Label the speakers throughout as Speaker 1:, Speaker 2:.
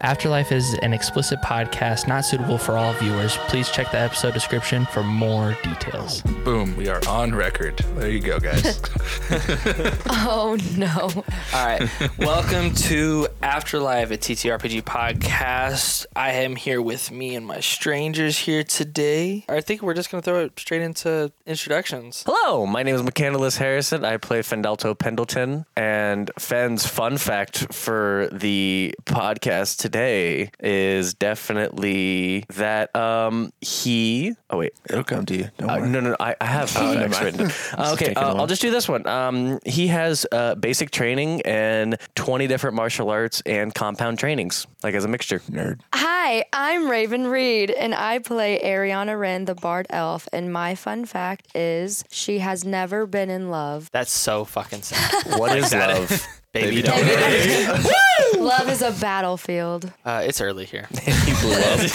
Speaker 1: Afterlife is an explicit podcast not suitable for all viewers. Please check the episode description for more details.
Speaker 2: Boom, we are on record. There you go, guys.
Speaker 3: Oh no.
Speaker 1: All right. Welcome to Afterlife, a TTRPG podcast. I am here with me and my strangers here today. I think we're just going to throw it straight into introductions.
Speaker 4: Hello, my name is McCandless Harrison. I play Fendelto Pendleton. And Fen's fun fact for the podcast today is definitely that um he. Oh wait,
Speaker 2: It'll come to you. Don't
Speaker 4: Uh, no, no, no, I, I have fun facts written. Uh, okay,
Speaker 2: taking
Speaker 4: uh,
Speaker 2: a while.
Speaker 4: I'll just do this one. Um, he has uh, basic training and twenty different martial arts and compound trainings, like as a mixture.
Speaker 2: Nerd.
Speaker 3: Hi, I'm Raven Reed, and I play Ariana Wren, the Bard Elf. And my fun fact is she has never been in love.
Speaker 1: That's so fucking sad.
Speaker 4: What is love?
Speaker 1: Baby,
Speaker 2: don't
Speaker 1: don't.
Speaker 3: love is a battlefield.
Speaker 1: Uh, it's early here.
Speaker 4: he blew up.
Speaker 1: you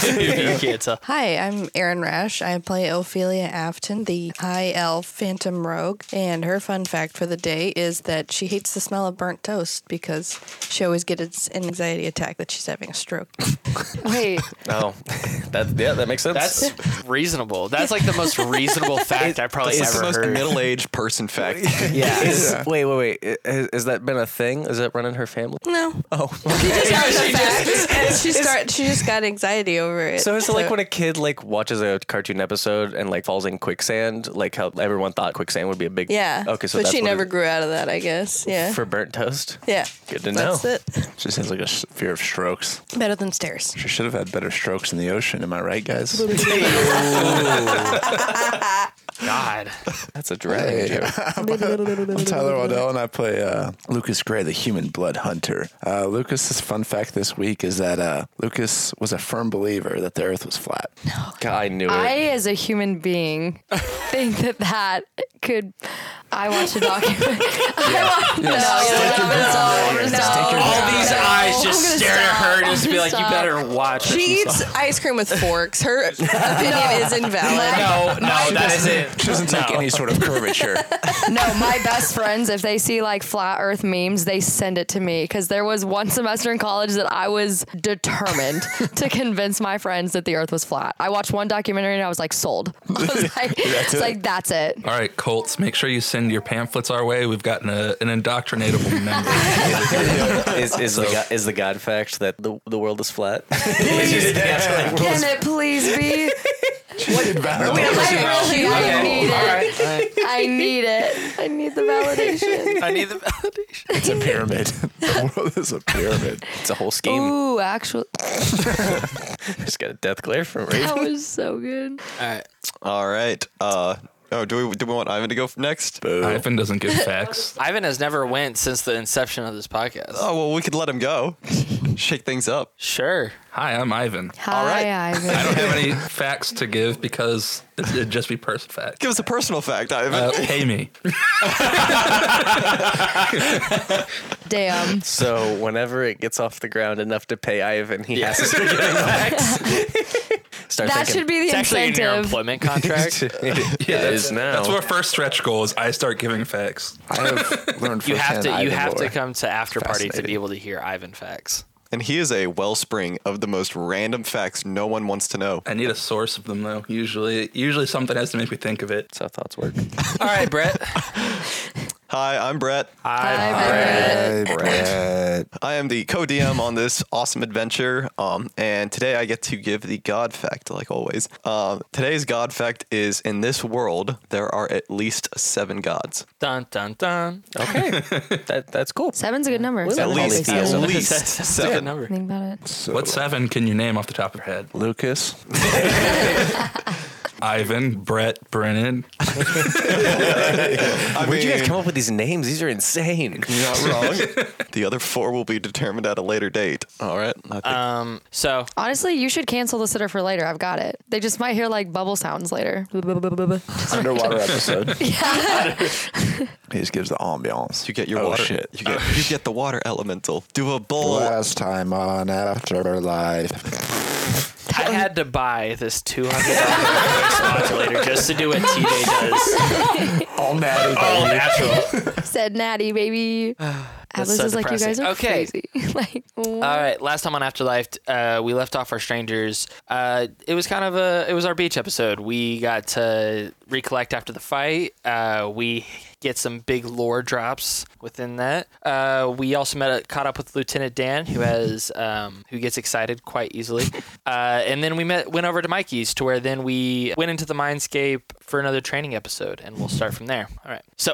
Speaker 1: can't tell.
Speaker 5: Hi, I'm Erin Rash. I play Ophelia Afton, the high elf phantom rogue. And her fun fact for the day is that she hates the smell of burnt toast because she always gets an anxiety attack that she's having a stroke.
Speaker 3: Wait,
Speaker 4: Oh, that yeah, that makes sense.
Speaker 1: That's reasonable. That's like the most reasonable fact I probably
Speaker 6: It's
Speaker 1: ever
Speaker 6: the most
Speaker 1: heard.
Speaker 6: middle-aged person fact.
Speaker 4: Yeah. Is, Wait, wait, wait. I- Has, has that been a thing? Is that running her family?
Speaker 5: No.
Speaker 4: Oh.
Speaker 5: she, just, she, start, she just got anxiety over it.
Speaker 4: So it's like when a kid like watches a cartoon episode and like falls in quicksand, like how everyone thought quicksand would be a big
Speaker 5: Yeah.
Speaker 4: Okay, so
Speaker 5: but
Speaker 4: that's
Speaker 5: she
Speaker 4: what
Speaker 5: never
Speaker 4: it-
Speaker 5: grew out of that, I guess. Yeah.
Speaker 4: for burnt toast.
Speaker 5: yeah.
Speaker 4: Good to
Speaker 5: That's
Speaker 4: know.
Speaker 5: it.
Speaker 2: She just has like a s- fear of strokes.
Speaker 5: Better than stairs.
Speaker 2: She should have had better strokes in the ocean. Am I right, guys?
Speaker 1: God.
Speaker 4: That's a dragon joke.
Speaker 2: I'm Tyler Waddell, and I play uh, Lucas Gray, the human blood hunter. Uh, Lucas's fun fact this week is that uh, Lucas was a firm believer that the Earth was flat.
Speaker 4: God, I knew it.
Speaker 3: I, as a human being, think that that could. I watched a documentary. I wa- No, no, no, no, no.
Speaker 1: All these
Speaker 5: Oh,
Speaker 1: eyes
Speaker 3: I'm
Speaker 1: just
Speaker 3: gonna
Speaker 1: staring at her
Speaker 3: stop.
Speaker 1: and just
Speaker 3: I'm
Speaker 1: be
Speaker 3: gonna
Speaker 1: like, you
Speaker 3: stop.
Speaker 1: better watch. it."
Speaker 5: She eats ice cream with forks. Her opinion is invalid.
Speaker 1: No, no, that isn't.
Speaker 2: She doesn't take any sort of curvature.
Speaker 3: No, my best friends, if they see like flat earth memes, they send it to me because there was one semester in college that I was determined to convince my friends that the earth was flat. I watched one documentary and I was like, sold. I was like, that's,
Speaker 2: it.
Speaker 3: like, that's it.
Speaker 6: All right, Colts, make sure you send your pamphlets our way. We've gotten a, an indoctrinatable member.
Speaker 4: Is, is, the God, is the God fact that the, the world is flat?
Speaker 3: Can it please be? I really I need it. I need it. I need the validation.
Speaker 1: I need the validation.
Speaker 2: it's a pyramid. the world is a pyramid.
Speaker 4: It's a whole scheme.
Speaker 3: Ooh, actually,
Speaker 4: Just got a death glare from Raven.
Speaker 3: that was so good.
Speaker 1: All right.
Speaker 6: All right. Uh, oh, do we do we want Ivan to go f- next?
Speaker 2: Boo.
Speaker 6: Ivan doesn't give facts.
Speaker 1: Ivan has never went since the inception of this podcast.
Speaker 6: Oh well, we could let him go. Shake things up.
Speaker 1: Sure.
Speaker 6: Hi, I'm Ivan.
Speaker 3: Hi, Ivan.
Speaker 6: I don't
Speaker 7: have any facts to give because it'd just be personal fact.
Speaker 6: Give us a personal fact, Ivan.
Speaker 7: Uh, pay me.
Speaker 3: Damn.
Speaker 4: So whenever it gets off the ground enough to pay Ivan, he has to start getting facts. Start
Speaker 3: That
Speaker 4: thinking,
Speaker 3: should be
Speaker 1: It's
Speaker 3: the
Speaker 1: actually in your
Speaker 3: incentive.
Speaker 1: employment contract.
Speaker 4: yeah, it is now.
Speaker 7: That's our first stretch goal is I start giving facts.
Speaker 2: I have learned
Speaker 1: You have
Speaker 2: firsthand
Speaker 1: to you
Speaker 2: Ivan
Speaker 1: have to
Speaker 2: lore.
Speaker 1: come to after party to be
Speaker 2: Fascinating.
Speaker 1: able to hear Ivan facts.
Speaker 6: and he is a wellspring of the most random facts no one wants to know.
Speaker 7: I need a source of them though. Usually, usually something has to make me think of it.
Speaker 4: That's how thoughts work.
Speaker 1: All right, Brett.
Speaker 6: Hi, I'm Brett.
Speaker 2: Hey, Brett.
Speaker 6: I am the co-DM on this awesome adventure, um, and today I get to give the God fact, like always. Um, today's God fact is: in this world, there are at least seven gods.
Speaker 1: Dun dun dun.
Speaker 4: Okay, that that's cool.
Speaker 3: Seven's a good number.
Speaker 4: At
Speaker 6: At
Speaker 4: Seven
Speaker 6: least,
Speaker 4: polytheism.
Speaker 6: at
Speaker 4: That's-
Speaker 6: least
Speaker 1: That's a good
Speaker 6: seven.
Speaker 1: number.
Speaker 3: Think about it.
Speaker 2: So,
Speaker 7: What seven can you name off the top of your head?
Speaker 2: Lucas?
Speaker 7: Ivan, Brett, Brennan.
Speaker 6: I
Speaker 4: Where'd you guys
Speaker 6: mean,
Speaker 4: come up with these names? These are insane.
Speaker 6: You're not wrong. the other four will be determined at a later date. All right. I think
Speaker 1: Um, so
Speaker 3: Honestly, you should cancel the sitter for later. I've got it. They just might hear like bubble sounds later.
Speaker 2: Underwater episode. he just gives the ambiance.
Speaker 6: you get your
Speaker 2: oh,
Speaker 6: water.
Speaker 2: Shit.
Speaker 6: You get you get the water elemental. Do a bowl.
Speaker 2: Last time on Afterlife.
Speaker 1: I had to buy this two hundred dollar modulator just to do what TJ does.
Speaker 2: All natty,
Speaker 1: All natural.
Speaker 3: Said Natty, baby. Atlas
Speaker 1: so
Speaker 3: is like, you guys
Speaker 1: depressing.
Speaker 3: are
Speaker 1: Okay.
Speaker 3: crazy. like,
Speaker 1: All right, last time on Afterlife, uh, we left off our strangers. Uh, it was kind of a, it was our beach episode. We got to recollect after the fight. Uh, we get some big lore drops within that. Uh, we also met, caught up with Lieutenant Dan, who has, um, who gets excited quite easily. Uh, and then we met, went over to Mikey's, to where then we went into the Mindscape for another training episode, and we'll start from there. All right, so.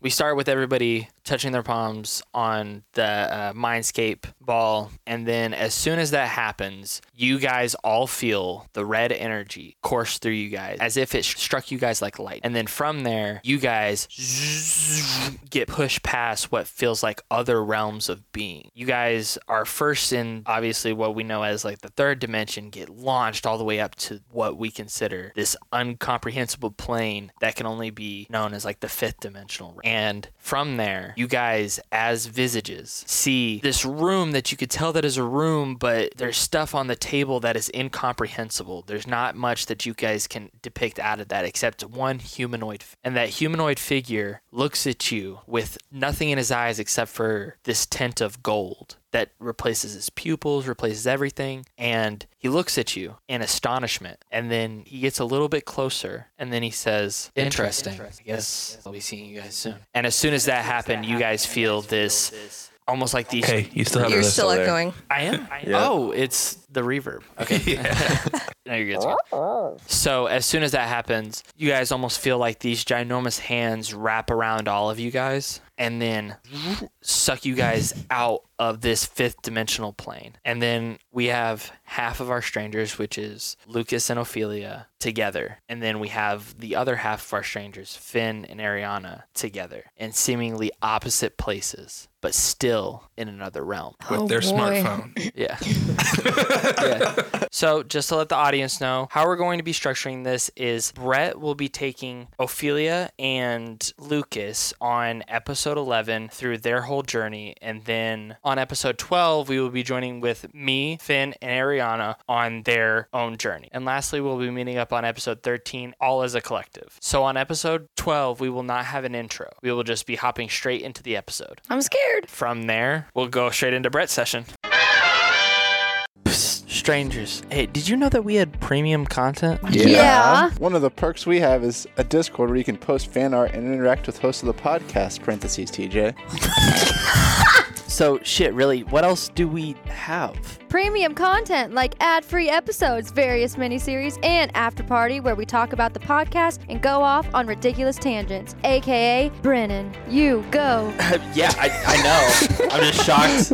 Speaker 1: We start with everybody touching their palms on the uh, Mindscape ball. And then, as soon as that happens, you guys all feel the red energy course through you guys as if it struck you guys like light. And then from there, you guys get pushed past what feels like other realms of being. You guys are first in, obviously, what we know as like the third dimension, get launched all the way up to what we consider this uncomprehensible plane that can only be known as like the fifth dimensional. And from there, you guys, as visages, see this room that you could tell that is a room, but there's stuff on the table that is incomprehensible. There's not much that you guys can depict out of that except one humanoid. f- And that humanoid figure looks at you with nothing in his eyes except for this tint of gold that replaces his pupils, replaces everything. And he looks at you in astonishment. And then he gets a little bit closer. And then he says, Interesting. I guess I'll be seeing you guys soon. And as soon as that happened, you guys feel this almost like these.
Speaker 7: Hey, you still have
Speaker 5: You're
Speaker 7: the rest
Speaker 5: still
Speaker 7: over there.
Speaker 5: echoing.
Speaker 1: I am? Oh, it's the reverb. Okay. now you're good. So as soon as that happens, you guys almost feel like these ginormous hands wrap around all of you guys and then suck you guys out of this fifth dimensional plane. And then we have half of our strangers, which is Lucas and Ophelia together. And then we have the other half of our strangers, Finn and Ariana, together in seemingly opposite places, but still in another realm.
Speaker 7: With
Speaker 3: Oh,
Speaker 7: their
Speaker 3: boy.
Speaker 7: smartphone.
Speaker 1: Yeah. yeah. So just to let the audience know, how we're going to be structuring this is Brett will be taking Ophelia and Lucas on episode 11 through their whole journey. And then on episode 12, we will be joining with me, Finn, and Ariana on their own journey. And lastly, we'll be meeting up on episode 13, all as a collective. So on episode 12, we will not have an intro. We will just be hopping straight into the episode.
Speaker 3: I'm scared.
Speaker 1: From there, we'll go straight into Brett's session. Psst, strangers, hey, did you know that we had premium content?
Speaker 3: Yeah.
Speaker 2: One of the perks we have is a Discord where you can post fan art and interact with hosts of the podcast, parentheses, TJ.
Speaker 1: So, shit, really, what else do we have?
Speaker 8: Premium content like ad free episodes, various miniseries, and After Party, where we talk about the podcast and go off on ridiculous tangents, aka Brennan. You go.
Speaker 1: yeah, I, I know. I'm just shocked.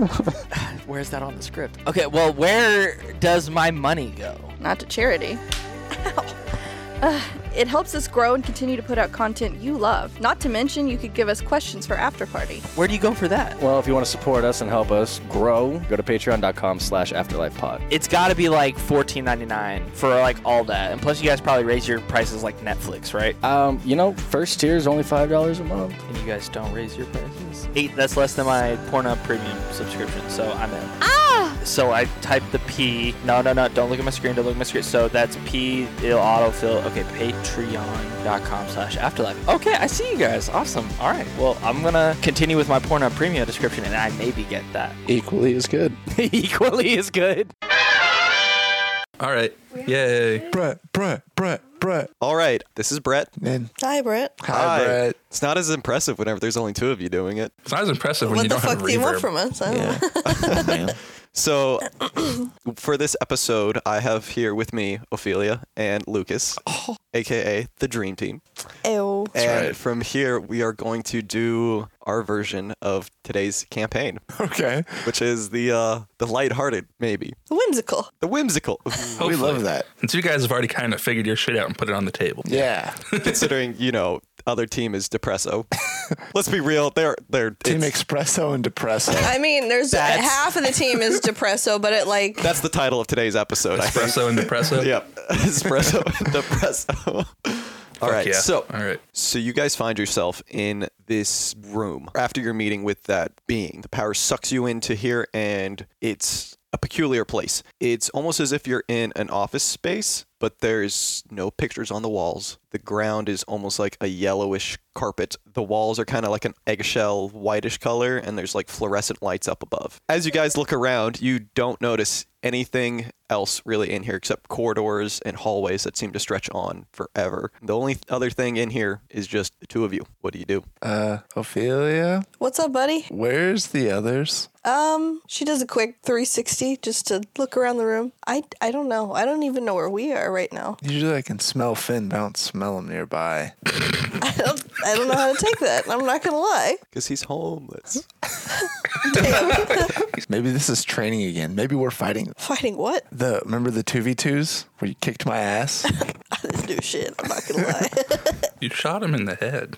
Speaker 1: Where's that on the script? Okay, well, where does my money go?
Speaker 5: Not to charity. Ow. It helps us grow and continue to put out content you love. Not to mention, you could give us questions for after party.
Speaker 1: Where do you go for that?
Speaker 9: Well, if you want to support us and help us grow, go to patreon.com slash afterlifepod.
Speaker 1: It's got to be like $14.99 for like all that. And plus, you guys probably raise your prices like Netflix, right?
Speaker 9: Um, you know, first tier is only $5 a month.
Speaker 1: And you guys don't raise your prices? Eight, that's less than my Pornhub premium subscription, so I'm in.
Speaker 8: Ah!
Speaker 1: So I type the P. No, no, no. Don't look at my screen. Don't look at my screen. So that's P. It'll autofill. Okay, patreon.com slash afterlife. Okay, I see you guys. Awesome. All right. Well, I'm going to continue with my Pornhub premium description, and I maybe get that.
Speaker 2: Equally as good.
Speaker 9: Equally is good.
Speaker 7: All right. Yay.
Speaker 2: Brett, Brett, Brett, Brett.
Speaker 6: All right. This is Brett.
Speaker 2: And
Speaker 5: Hi, Brett.
Speaker 2: hi, Brett.
Speaker 6: It's not as impressive whenever there's only two of you doing it.
Speaker 7: It's not as impressive when you
Speaker 10: what the
Speaker 7: don't have
Speaker 10: fuck do you want
Speaker 7: reverb.
Speaker 10: from us? I don't know.
Speaker 6: So, for this episode, I have here with me Ophelia and Lucas,
Speaker 2: Oh.
Speaker 6: aka the Dream Team.
Speaker 10: Ew.
Speaker 6: and from here, we are going to do our version of today's campaign,
Speaker 2: Okay.
Speaker 6: which is the uh, the lighthearted, maybe
Speaker 5: Whimsical.
Speaker 6: the whimsical.
Speaker 2: We love that.
Speaker 7: Since you guys have already kind of figured your shit out and put it on the table.
Speaker 2: Yeah.
Speaker 6: Considering you know other team is depresso. Let's be real. They're they're
Speaker 2: Team
Speaker 6: it's-
Speaker 2: Espresso and Depresso.
Speaker 5: I mean, there's
Speaker 6: That's-
Speaker 5: half of the team is depresso, but it like
Speaker 6: That's the title of today's episode. I think.
Speaker 7: Espresso and depresso.
Speaker 6: Yep. Espresso and depresso. All right.
Speaker 7: Yeah.
Speaker 6: So
Speaker 7: all right.
Speaker 6: So you guys find yourself in this room after your meeting with that being. The power sucks you into here and it's a peculiar place. It's almost as if you're in an office space, but there's no pictures on the walls. The ground is almost like a yellowish carpet. The walls are kind of like an eggshell whitish color and there's like fluorescent lights up above. As you guys look around, you don't notice anything else really in here except corridors and hallways that seem to stretch on forever. The only th- other thing in here is just the two of you. What do you do?
Speaker 2: Uh, Ophelia,
Speaker 5: What's up, buddy?
Speaker 2: where's the others?
Speaker 5: Um, she does a quick 360 just to look around the room. I, I don't know. I don't even know where we are right now.
Speaker 2: Usually I can smell Finn, but I don't smell him nearby.
Speaker 5: I don't, I don't know how to take that. I'm not going to lie.
Speaker 6: Because he's homeless.
Speaker 2: Maybe this is training again. Maybe we're fighting.
Speaker 5: Fighting what?
Speaker 2: The remember the two v twos where you kicked my ass?
Speaker 5: I didn't do shit. I'm not going to lie.
Speaker 7: You shot him in the head.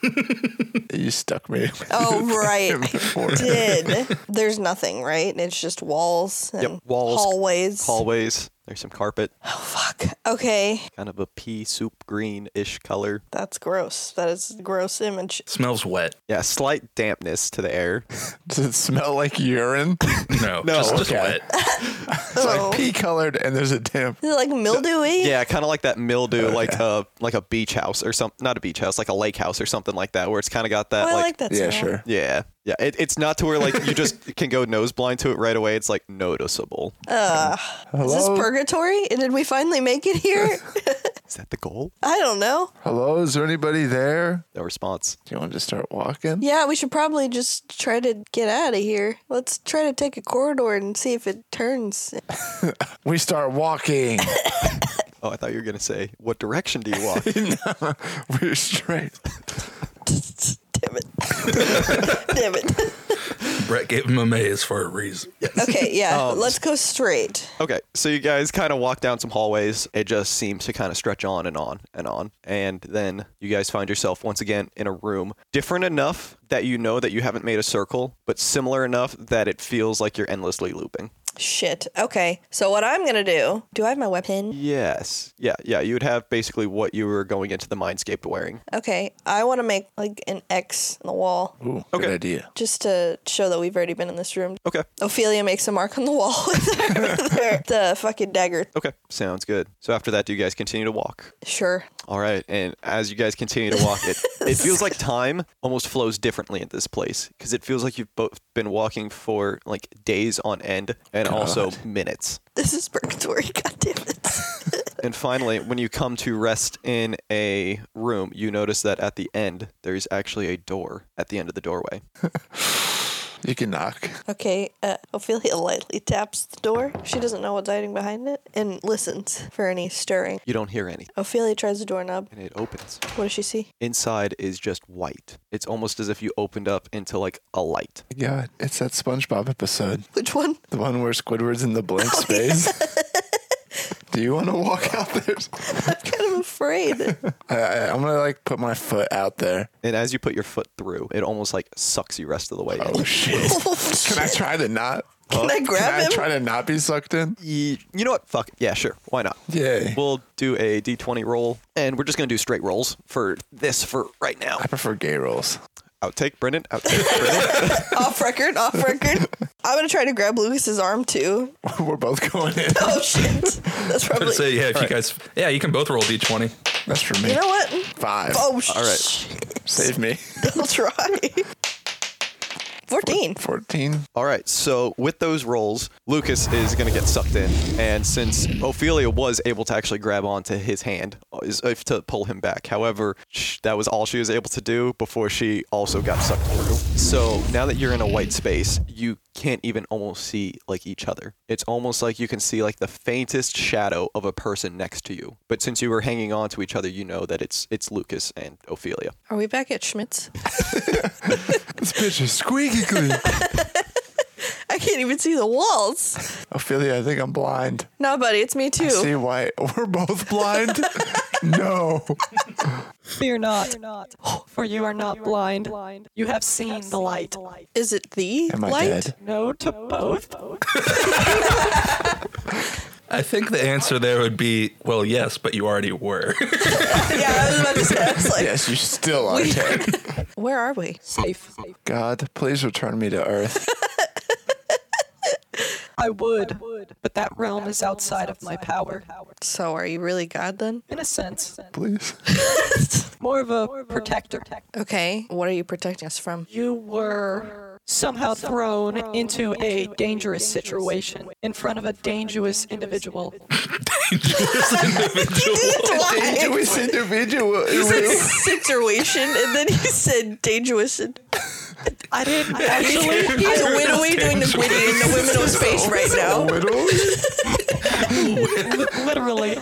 Speaker 2: you stuck me.
Speaker 5: oh, right.
Speaker 2: Before.
Speaker 5: I did. There's nothing, right? It's just walls and
Speaker 6: Yep, walls,
Speaker 5: hallways. Oh,
Speaker 6: Hallways. There's some carpet,
Speaker 5: Fuck. Okay.
Speaker 6: kind of a pea soup green ish color.
Speaker 5: That's gross. That is a gross image.
Speaker 7: Smells wet.
Speaker 6: Yeah, slight dampness to the air.
Speaker 2: Does it smell like urine?
Speaker 7: No, just, just
Speaker 2: okay.
Speaker 7: wet.
Speaker 2: It's like pea colored, and there's a damp.
Speaker 5: Oh. Is it like mildewy?
Speaker 6: Yeah, kind of like that mildew, like a like a beach house or something. Not a beach house, like a lake house or something like that, where it's kind of got that
Speaker 5: Oh, I like,
Speaker 6: like
Speaker 5: that
Speaker 2: Yeah,
Speaker 5: smell.
Speaker 2: sure.
Speaker 6: Yeah, yeah. It, it's not to where like you just can go nose blind to it right away. It's like noticeable.
Speaker 5: Is this
Speaker 2: Hello?
Speaker 5: purgatory? And did we finally make it here?
Speaker 6: Is that the goal?
Speaker 5: I don't know.
Speaker 2: Hello, is there anybody there?
Speaker 6: No response.
Speaker 2: Do you want to just start walking?
Speaker 5: Yeah, we should probably just try to get out of here. Let's try to take a corridor and see if it turns.
Speaker 2: We start walking.
Speaker 6: Oh, I thought you were gonna say, "What direction do you walk?"
Speaker 2: We're straight.
Speaker 5: Damn it. Damn it.
Speaker 7: Brett gave him a maze for a reason.
Speaker 5: Okay, yeah,
Speaker 6: Oh.
Speaker 5: let's go straight.
Speaker 6: okay, so you guys kind of walk down some hallways. It just seems to kind of stretch on and on and on, and then you guys find yourself once again in a room different enough that you know that you haven't made a circle, but similar enough that it feels like you're endlessly looping.
Speaker 5: Shit. Okay, so what I'm gonna do. Do I have my weapon?
Speaker 6: Yes. Yeah. Yeah. You would have basically what you were going into the mindscape wearing.
Speaker 5: Okay, I wanna make like an X on the wall
Speaker 2: Ooh,
Speaker 6: Okay.
Speaker 2: good idea.
Speaker 5: just to show that we've already been in this room.
Speaker 6: Okay.
Speaker 5: Ophelia makes a mark on the wall with her, with her the fucking dagger.
Speaker 6: Okay. Sounds good. So after that, do you guys continue to walk?
Speaker 5: Sure.
Speaker 6: All right, and as you guys continue to walk, it it feels like time almost flows differently at this place because it feels like you've both been walking for like days on end and also minutes.
Speaker 5: This is purgatory. God damn it.
Speaker 6: And finally, when you come to rest in a room, you notice that at the end there is actually a door at the end of the doorway.
Speaker 2: You can knock.
Speaker 5: Okay, uh, Ophelia lightly taps the door. She doesn't know what's hiding behind it and listens for any stirring.
Speaker 6: You don't hear anything,
Speaker 5: Ophelia tries the doorknob.
Speaker 6: and it opens.
Speaker 5: What does she see?
Speaker 6: Inside is just white. It's almost as if you opened up into like a light.
Speaker 2: God, it's that SpongeBob episode.
Speaker 5: Which one?
Speaker 2: The one where Squidward's in the blank space. Do you want to walk out there?
Speaker 5: Kind of afraid.
Speaker 2: I, I, I'm gonna like put my foot out there.
Speaker 6: And as you put your foot through, it almost like sucks you rest of the way in.
Speaker 2: Oh shit! Can I try to not?
Speaker 5: Can I grab
Speaker 2: Can I
Speaker 5: him?
Speaker 2: try to not be sucked in?
Speaker 6: Ye- you know what? Fuck. it. Yeah, sure. Why not?
Speaker 2: Yay.
Speaker 6: We'll do a d20 roll, and we're just gonna do straight rolls for this for right now.
Speaker 2: I prefer gay rolls.
Speaker 6: Outtake, Brendan. Outtake, Brendan.
Speaker 5: off record, off record. I'm gonna try to grab Lucas's arm too.
Speaker 2: We're both going in.
Speaker 5: Oh shit. That's
Speaker 7: I
Speaker 5: probably.
Speaker 7: would say, yeah, if you guys, yeah, you can both roll d20.
Speaker 2: That's for me.
Speaker 5: You know what?
Speaker 2: Five.
Speaker 5: Oh shit.
Speaker 6: All right.
Speaker 2: Save me.
Speaker 5: I'll try. 14.
Speaker 2: Fourteen.
Speaker 6: All right. So with those rolls, Lucas is gonna get sucked in, and since Ophelia was able to actually grab onto his hand, uh, is if to pull him back. However, sh- that was all she was able to do before she also got sucked through. So now that you're in a white space, you can't even almost see like each other. It's almost like you can see like the faintest shadow of a person next to you. But since you were hanging on to each other, you know that it's it's Lucas and Ophelia.
Speaker 5: Are we back at Schmidt's?
Speaker 2: This bitch is squeaky clean.
Speaker 5: I can't even see the walls.
Speaker 2: Ophelia, I think I'm blind.
Speaker 5: No, buddy, it's me too.
Speaker 2: See why we're both blind? no.
Speaker 10: Fear not, for you are not blind. You have seen the light.
Speaker 5: Is it the
Speaker 2: Am I
Speaker 5: light?
Speaker 2: dead?
Speaker 10: No to both.
Speaker 7: I think the answer there would be, well, yes, but you already were.
Speaker 5: Yeah, I was about to say. I was like,
Speaker 2: Yes, you still are dead.
Speaker 5: where are we?
Speaker 10: Safe.
Speaker 2: God, please return me to Earth.
Speaker 10: I would, but that realm is outside of my power.
Speaker 5: So, are you really God then?
Speaker 10: In a sense,
Speaker 2: Please.
Speaker 10: more of a protector.
Speaker 5: Okay. What are you protecting us from?
Speaker 10: You were somehow thrown into a dangerous situation in front of a dangerous individual.
Speaker 2: Dangerous individual.
Speaker 5: situation, and then you said dangerous. And
Speaker 10: I didn't actually.
Speaker 5: he's winnowing, doing the witty in the women's face right now.
Speaker 2: Whittle?
Speaker 10: literally.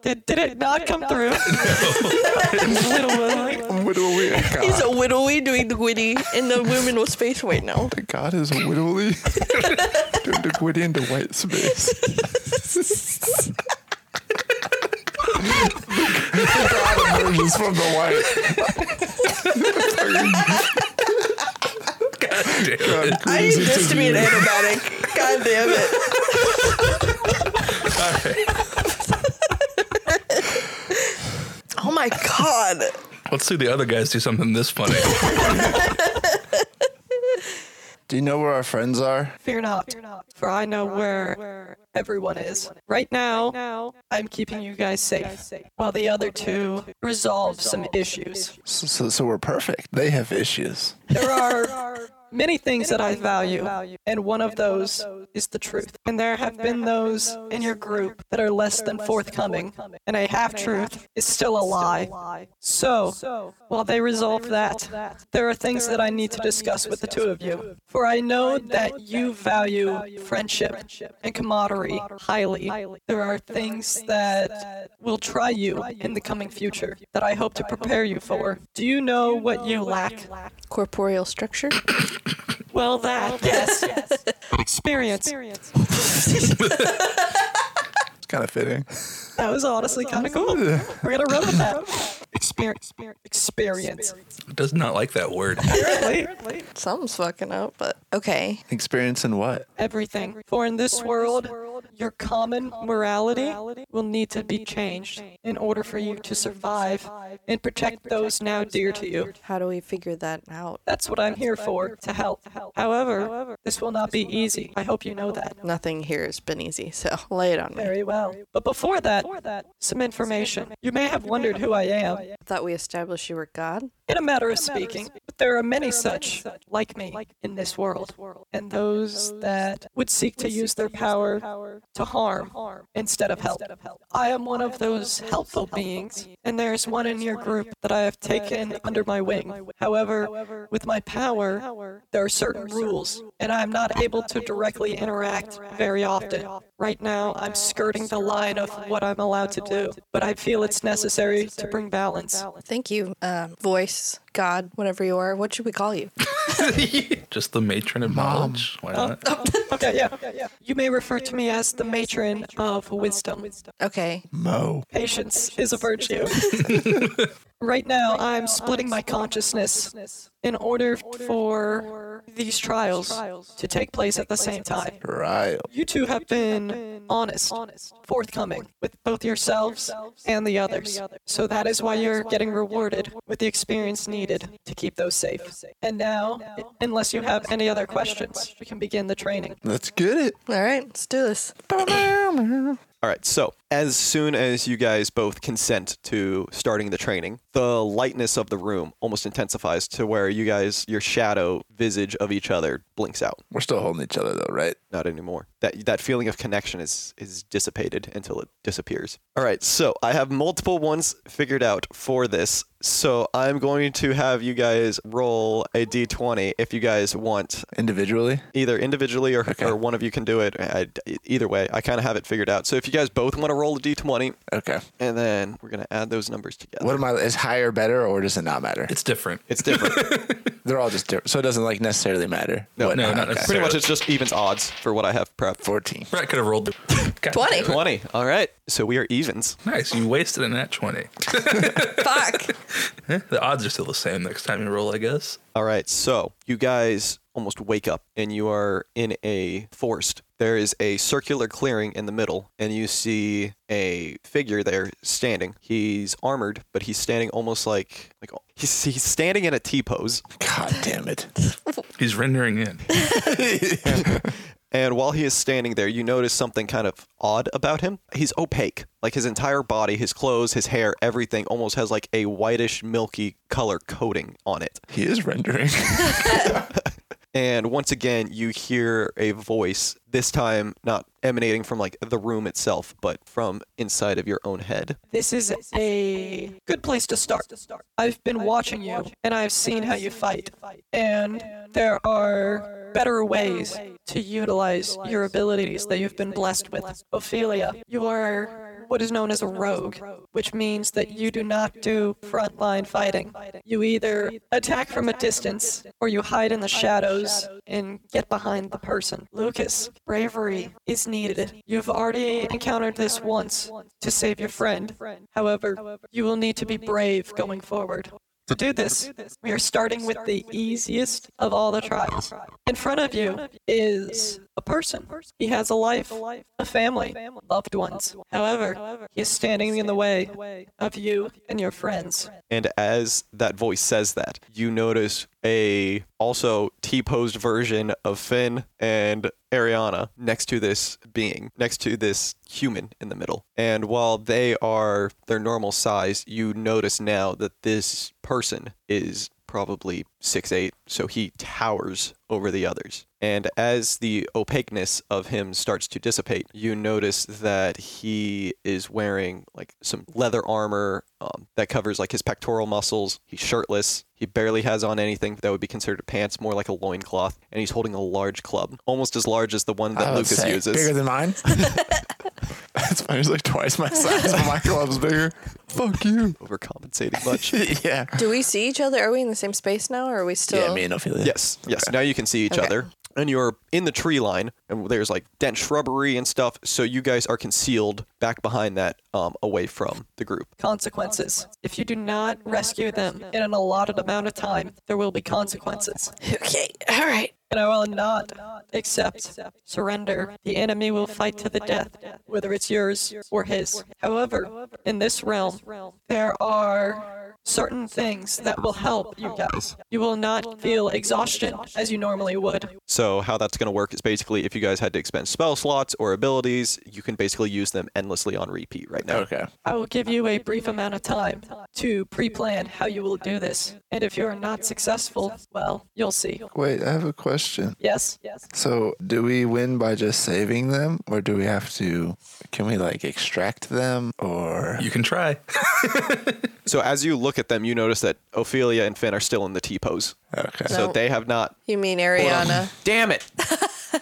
Speaker 10: Did, did it not come through? literally.
Speaker 2: Whittle.
Speaker 5: He's
Speaker 2: God,
Speaker 5: a widowy doing the witty in the women's face right now.
Speaker 2: God is whittly. Turned the Gwitty into white space. the God emerges from the white. God,
Speaker 5: I need
Speaker 2: cruises
Speaker 5: this to be an
Speaker 2: view.
Speaker 5: antibiotic. God damn it. Oh my god.
Speaker 7: Let's see the other guys do something this funny.
Speaker 2: Do you know where our friends are?
Speaker 10: Fear not, for I know where everyone is. Right now, I'm keeping you guys safe, while the other two resolve some issues.
Speaker 2: So, so, so we're perfect. They have issues.
Speaker 10: There are many things that I value, and one of those is the truth. And there have been those in your group that are less than forthcoming, and a half truth is still a lie. So, while they resolve that, there are things that I need to discuss with the two of you. For I know that you value friendship and camaraderie highly. There are things that will try you in the coming future that I hope to prepare you for. Do you know what you lack?
Speaker 5: Corporeal structure?
Speaker 10: Well, that, yes. Experience.
Speaker 2: It's kind of fitting.
Speaker 10: That was honestly kind of cool. We're going to run with that. Experience. Experience.
Speaker 7: Does not like that word.
Speaker 10: Apparently,
Speaker 5: Something's fucking up, but okay.
Speaker 2: Experience in what?
Speaker 10: everything. For in this world, your common morality will need to be changed in order for you to survive and protect those now dear to you.
Speaker 5: How do we figure that out?
Speaker 10: That's what I'm here for, to help. However, this will not be easy. I hope you know that.
Speaker 5: Nothing here has been easy, so lay it on me.
Speaker 10: Very well. But before that, some information. You may have wondered who I am.
Speaker 5: I thought we established you were God.
Speaker 10: In a matter of speaking, but there are many such like me in this world, and those that would seek to use their power to harm instead of help. I am one of those helpful beings, and there is one in your group that I have taken under my wing. However, with my power, there are certain rules, and I am not able to directly interact very often. Right now, I'm skirting the line of what I'm allowed to do, but I feel it's necessary to bring balance.
Speaker 5: Thank you, um, voice, God, whatever you are. What should we call you?
Speaker 7: Just the matron of knowledge. Why not?
Speaker 10: Okay, yeah, yeah, yeah. You may refer to me as the matron of wisdom.
Speaker 5: Okay.
Speaker 2: Mo.
Speaker 10: Patience is a virtue. right now, I'm splitting my consciousness in order for these trials to take place at the same time.
Speaker 2: Right.
Speaker 10: You two have been honest, forthcoming with both yourselves and the others. So that is why you're getting rewarded with the experience needed to keep those safe. And now, unless you have any other questions, we can begin the training.
Speaker 2: Let's get it.
Speaker 5: All right, let's do this.
Speaker 6: All right, so as soon as you guys both consent to starting the training, the lightness of the room almost intensifies to where you guys, your shadow visage of each other blinks out.
Speaker 2: We're still holding each other though, right?
Speaker 6: Not anymore. That that feeling of connection is is dissipated until it disappears. All right, so I have multiple ones figured out for this. So I'm going to have you guys roll a d20 if you guys want.
Speaker 2: Individually?
Speaker 6: Either individually or, or one of you can do it. I, either way, I kind of have it figured out. So if you guys both want to roll a d20.
Speaker 2: Okay.
Speaker 6: And then we're going to add those numbers together.
Speaker 2: What am I? Is higher better or does it not matter?
Speaker 7: It's different.
Speaker 6: It's different.
Speaker 2: They're all just different. So it doesn't like necessarily matter.
Speaker 6: No,
Speaker 7: no, not
Speaker 6: Pretty
Speaker 7: necessarily.
Speaker 6: much it's just evens odds for what I have prepped.
Speaker 2: 14.
Speaker 7: Brett could have rolled the
Speaker 5: 20.
Speaker 6: 20. All right. So we are evens.
Speaker 7: Nice. You wasted an at 20.
Speaker 5: Fuck.
Speaker 7: Eh, the odds are still the same next time you roll, I guess.
Speaker 6: All right, so you guys almost wake up and you are in a forest. There is a circular clearing in the middle, and you see a figure there standing. He's armored, but he's standing almost like like he's, he's standing in a T pose.
Speaker 2: God damn it.
Speaker 7: He's rendering in.
Speaker 6: And while he is standing there, you notice something kind of odd about him. He's opaque. Like his entire body, his clothes, his hair, everything almost has like a whitish, milky color coating on it.
Speaker 2: He is rendering.
Speaker 6: And once again, you hear a voice, this time not emanating from like the room itself, but from inside of your own head.
Speaker 10: This is a good place to start. I've been watching you, and I've seen how you fight. And there are better ways to utilize your abilities that you've been blessed with. Ophelia, you are what is known as a rogue, which means that you do not do frontline fighting. You either attack from a distance, or you hide in the shadows and get behind the person. Lucas, bravery is needed. You've already encountered this once to save your friend. However, you will need to be brave going forward. To do this, we are starting with the easiest of all the trials. In front of you is a person. He has a life, a family, loved ones. However, he is standing in the way of you and your friends.
Speaker 6: And as that voice says that, you notice a also T-posed version of Finn and Ariana next to this being, next to this human in the middle. And while they are their normal size, you notice now that this person is probably six eight, so he towers over the others. And as the opaqueness of him starts to dissipate, you notice that he is wearing like some leather armor um, that covers like his pectoral muscles. He's shirtless. He barely has on anything that would be considered pants, more like a loincloth. And he's holding a large club, almost as large as the one that
Speaker 2: I would
Speaker 6: Lucas
Speaker 2: say
Speaker 6: uses.
Speaker 2: Oh, Bigger than mine? That's funny. He's like twice my size, but my club's bigger. Fuck you.
Speaker 6: Overcompensating much.
Speaker 2: yeah.
Speaker 5: Do we see each other? Are we in the same space now, or are we still?
Speaker 2: Yeah, me and Ophelia.
Speaker 6: Yes, yes. Now you can see each other. And you're in the tree line, and there's like dense shrubbery and stuff. So you guys are concealed back behind that, um, away from the group.
Speaker 10: Consequences. If you do not rescue them in an allotted amount of time, there will be consequences.
Speaker 5: Okay. All right.
Speaker 10: And I will not accept surrender. The enemy will fight to the death, whether it's yours or his. However, in this realm, there are certain things that will help you guys. You will not feel exhaustion as you normally would.
Speaker 6: So how that's going to work is basically if you guys had to expend spell slots or abilities, you can basically use them endlessly on repeat right now.
Speaker 2: Okay.
Speaker 10: I will give you a brief amount of time to pre plan how you will do this. And if you are not successful, well, you'll see.
Speaker 2: Wait, I have a question.
Speaker 10: Yes? Yes.
Speaker 2: So, do we win by just saving them, or do we have to? Can we like extract them, or
Speaker 7: You can try.
Speaker 6: So as you look at them, you notice that Ophelia and Finn are still in the T pose.
Speaker 2: okay?
Speaker 6: So they have not.
Speaker 5: You mean Ariana?
Speaker 6: Damn it.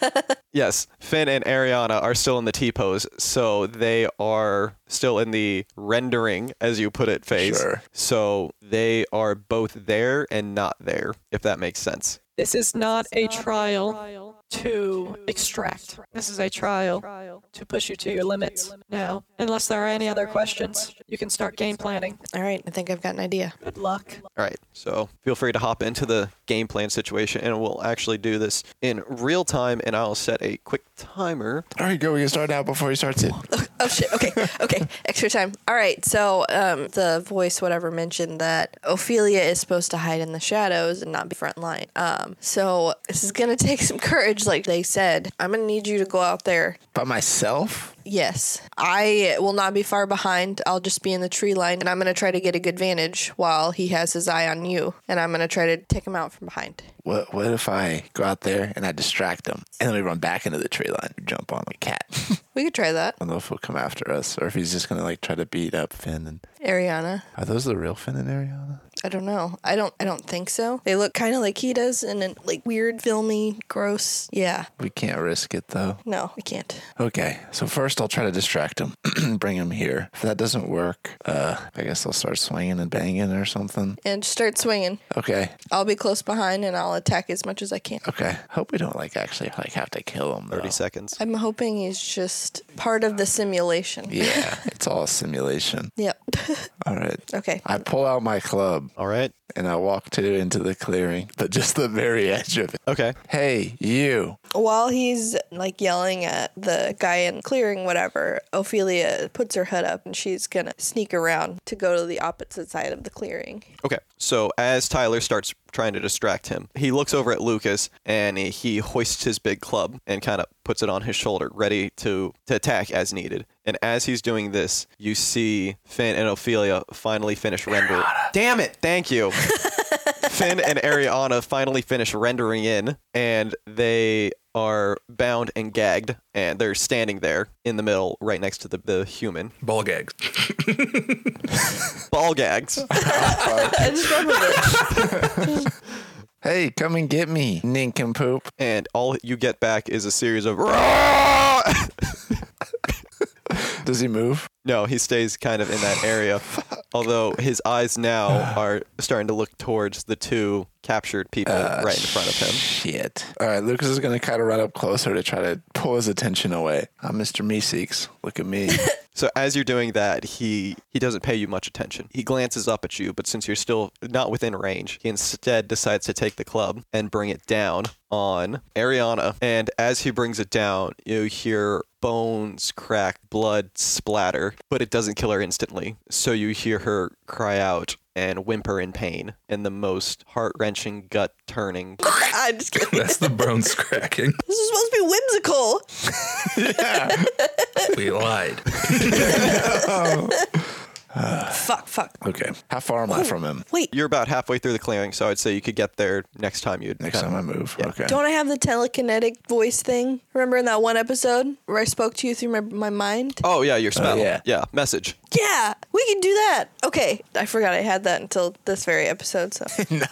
Speaker 6: yes, Finn and Ariana are still in the T pose, so they are still in the rendering, as you put it, phase.
Speaker 2: Sure.
Speaker 6: So they are both there and not there, if that makes sense.
Speaker 10: This is not a trial to extract. This is a trial to push you to your limits. Now, unless there are any other questions, you can start game planning.
Speaker 5: All right. I think I've got an idea.
Speaker 10: Good luck.
Speaker 6: All right. So feel free to hop into the game plan situation, and we'll actually do this in real time, and I'll set a quick timer.
Speaker 2: All right, go. We can start now before he starts it.
Speaker 5: Oh shit. Okay. Okay. Extra time. All right. So um, the voice, whatever, mentioned that Ophelia is supposed to hide in the shadows and not be front line. Um, so this is gonna take some courage, like they said. I'm gonna need you to go out there.
Speaker 2: By myself?
Speaker 5: Yes. I will not be far behind. I'll just be in the tree line and I'm going to try to get a good vantage while he has his eye on you. And I'm going to try to take him out from behind.
Speaker 2: What what if I go out there and I distract them and then we run back into the tree line, jump on a cat? I
Speaker 5: We could try that.
Speaker 2: don't know if he'll come after us or if he's just gonna like try to beat up Finn. And
Speaker 5: Ariana.
Speaker 2: are those the real Finn and Ariana?
Speaker 5: I don't know. I don't I don't think so. They look kind of like he does and then, like weird, filmy, gross. Yeah.
Speaker 2: We can't risk it though.
Speaker 5: No, we can't.
Speaker 2: Okay, so first I'll try to distract him, bring him here. If that doesn't work, uh, I guess I'll start swinging and banging or something.
Speaker 5: And start swinging.
Speaker 2: Okay,
Speaker 5: I'll be close behind and I'll attack as much as I can.
Speaker 2: okay. Hope we don't like actually like have to kill him. Thirty
Speaker 6: seconds.
Speaker 5: I'm hoping he's just part of the simulation.
Speaker 2: Yeah, it's all a simulation.
Speaker 5: Yep.
Speaker 2: All right.
Speaker 5: Okay.
Speaker 2: I pull out my club.
Speaker 6: All right.
Speaker 2: And I walk to into the clearing, but just the very edge of it.
Speaker 6: Okay.
Speaker 2: Hey, you.
Speaker 5: While he's like yelling at the guy and clearing whatever, Ophelia puts her head up and she's gonna sneak around to go to the opposite side of the clearing.
Speaker 6: Okay. So as Tyler starts trying to distract him, he looks over at Lucas and he- he hoists his big club and kind of puts it on his shoulder, ready to, to attack as needed. And as he's doing this, you see Finn and Ophelia finally finish rendering. Damn it! Thank you. Finn and Ariana finally finish rendering in, and they are bound and gagged, and they're standing there in the middle, right next to the, the human.
Speaker 7: Ball gags.
Speaker 6: Ball gags.
Speaker 5: I just went with it.
Speaker 2: Hey, come and get me, nincompoop.
Speaker 6: and all you get back is a series of "Roar!"
Speaker 2: Does he move?
Speaker 6: no he stays kind of in that area although his eyes now are starting to look towards the two captured people right in front of him
Speaker 2: Uh, Shit. All right, Lucas is going to kind of run up closer to try to pull his attention away. I'm Mr. Meeseeks. Look at me.
Speaker 6: so as you're doing that he he doesn't pay you much attention he glances up at you but since you're still not within range he instead decides to take the club and bring it down on ariana and as he brings it down you hear bones crack blood splatter but it doesn't kill her instantly so you hear her cry out and whimper in pain in the most heart-wrenching gut-turning
Speaker 5: I just kidding.
Speaker 7: That's the bones cracking.
Speaker 5: This is supposed to be whimsical.
Speaker 7: We lied.
Speaker 5: Fuck, fuck.
Speaker 2: Okay. How far am I from him?
Speaker 5: Wait,
Speaker 6: you're about halfway through the clearing, so I'd say you could get there next time you'd.
Speaker 2: Next time I move. Okay.
Speaker 5: don't I have the telekinetic voice thing? Remember in that one episode where I spoke to you through my, my mind?
Speaker 6: Oh yeah, your spell.
Speaker 2: yeah.
Speaker 6: yeah. message.
Speaker 5: Yeah, we can do that. Okay. I forgot I had that until this very episode. So, Um,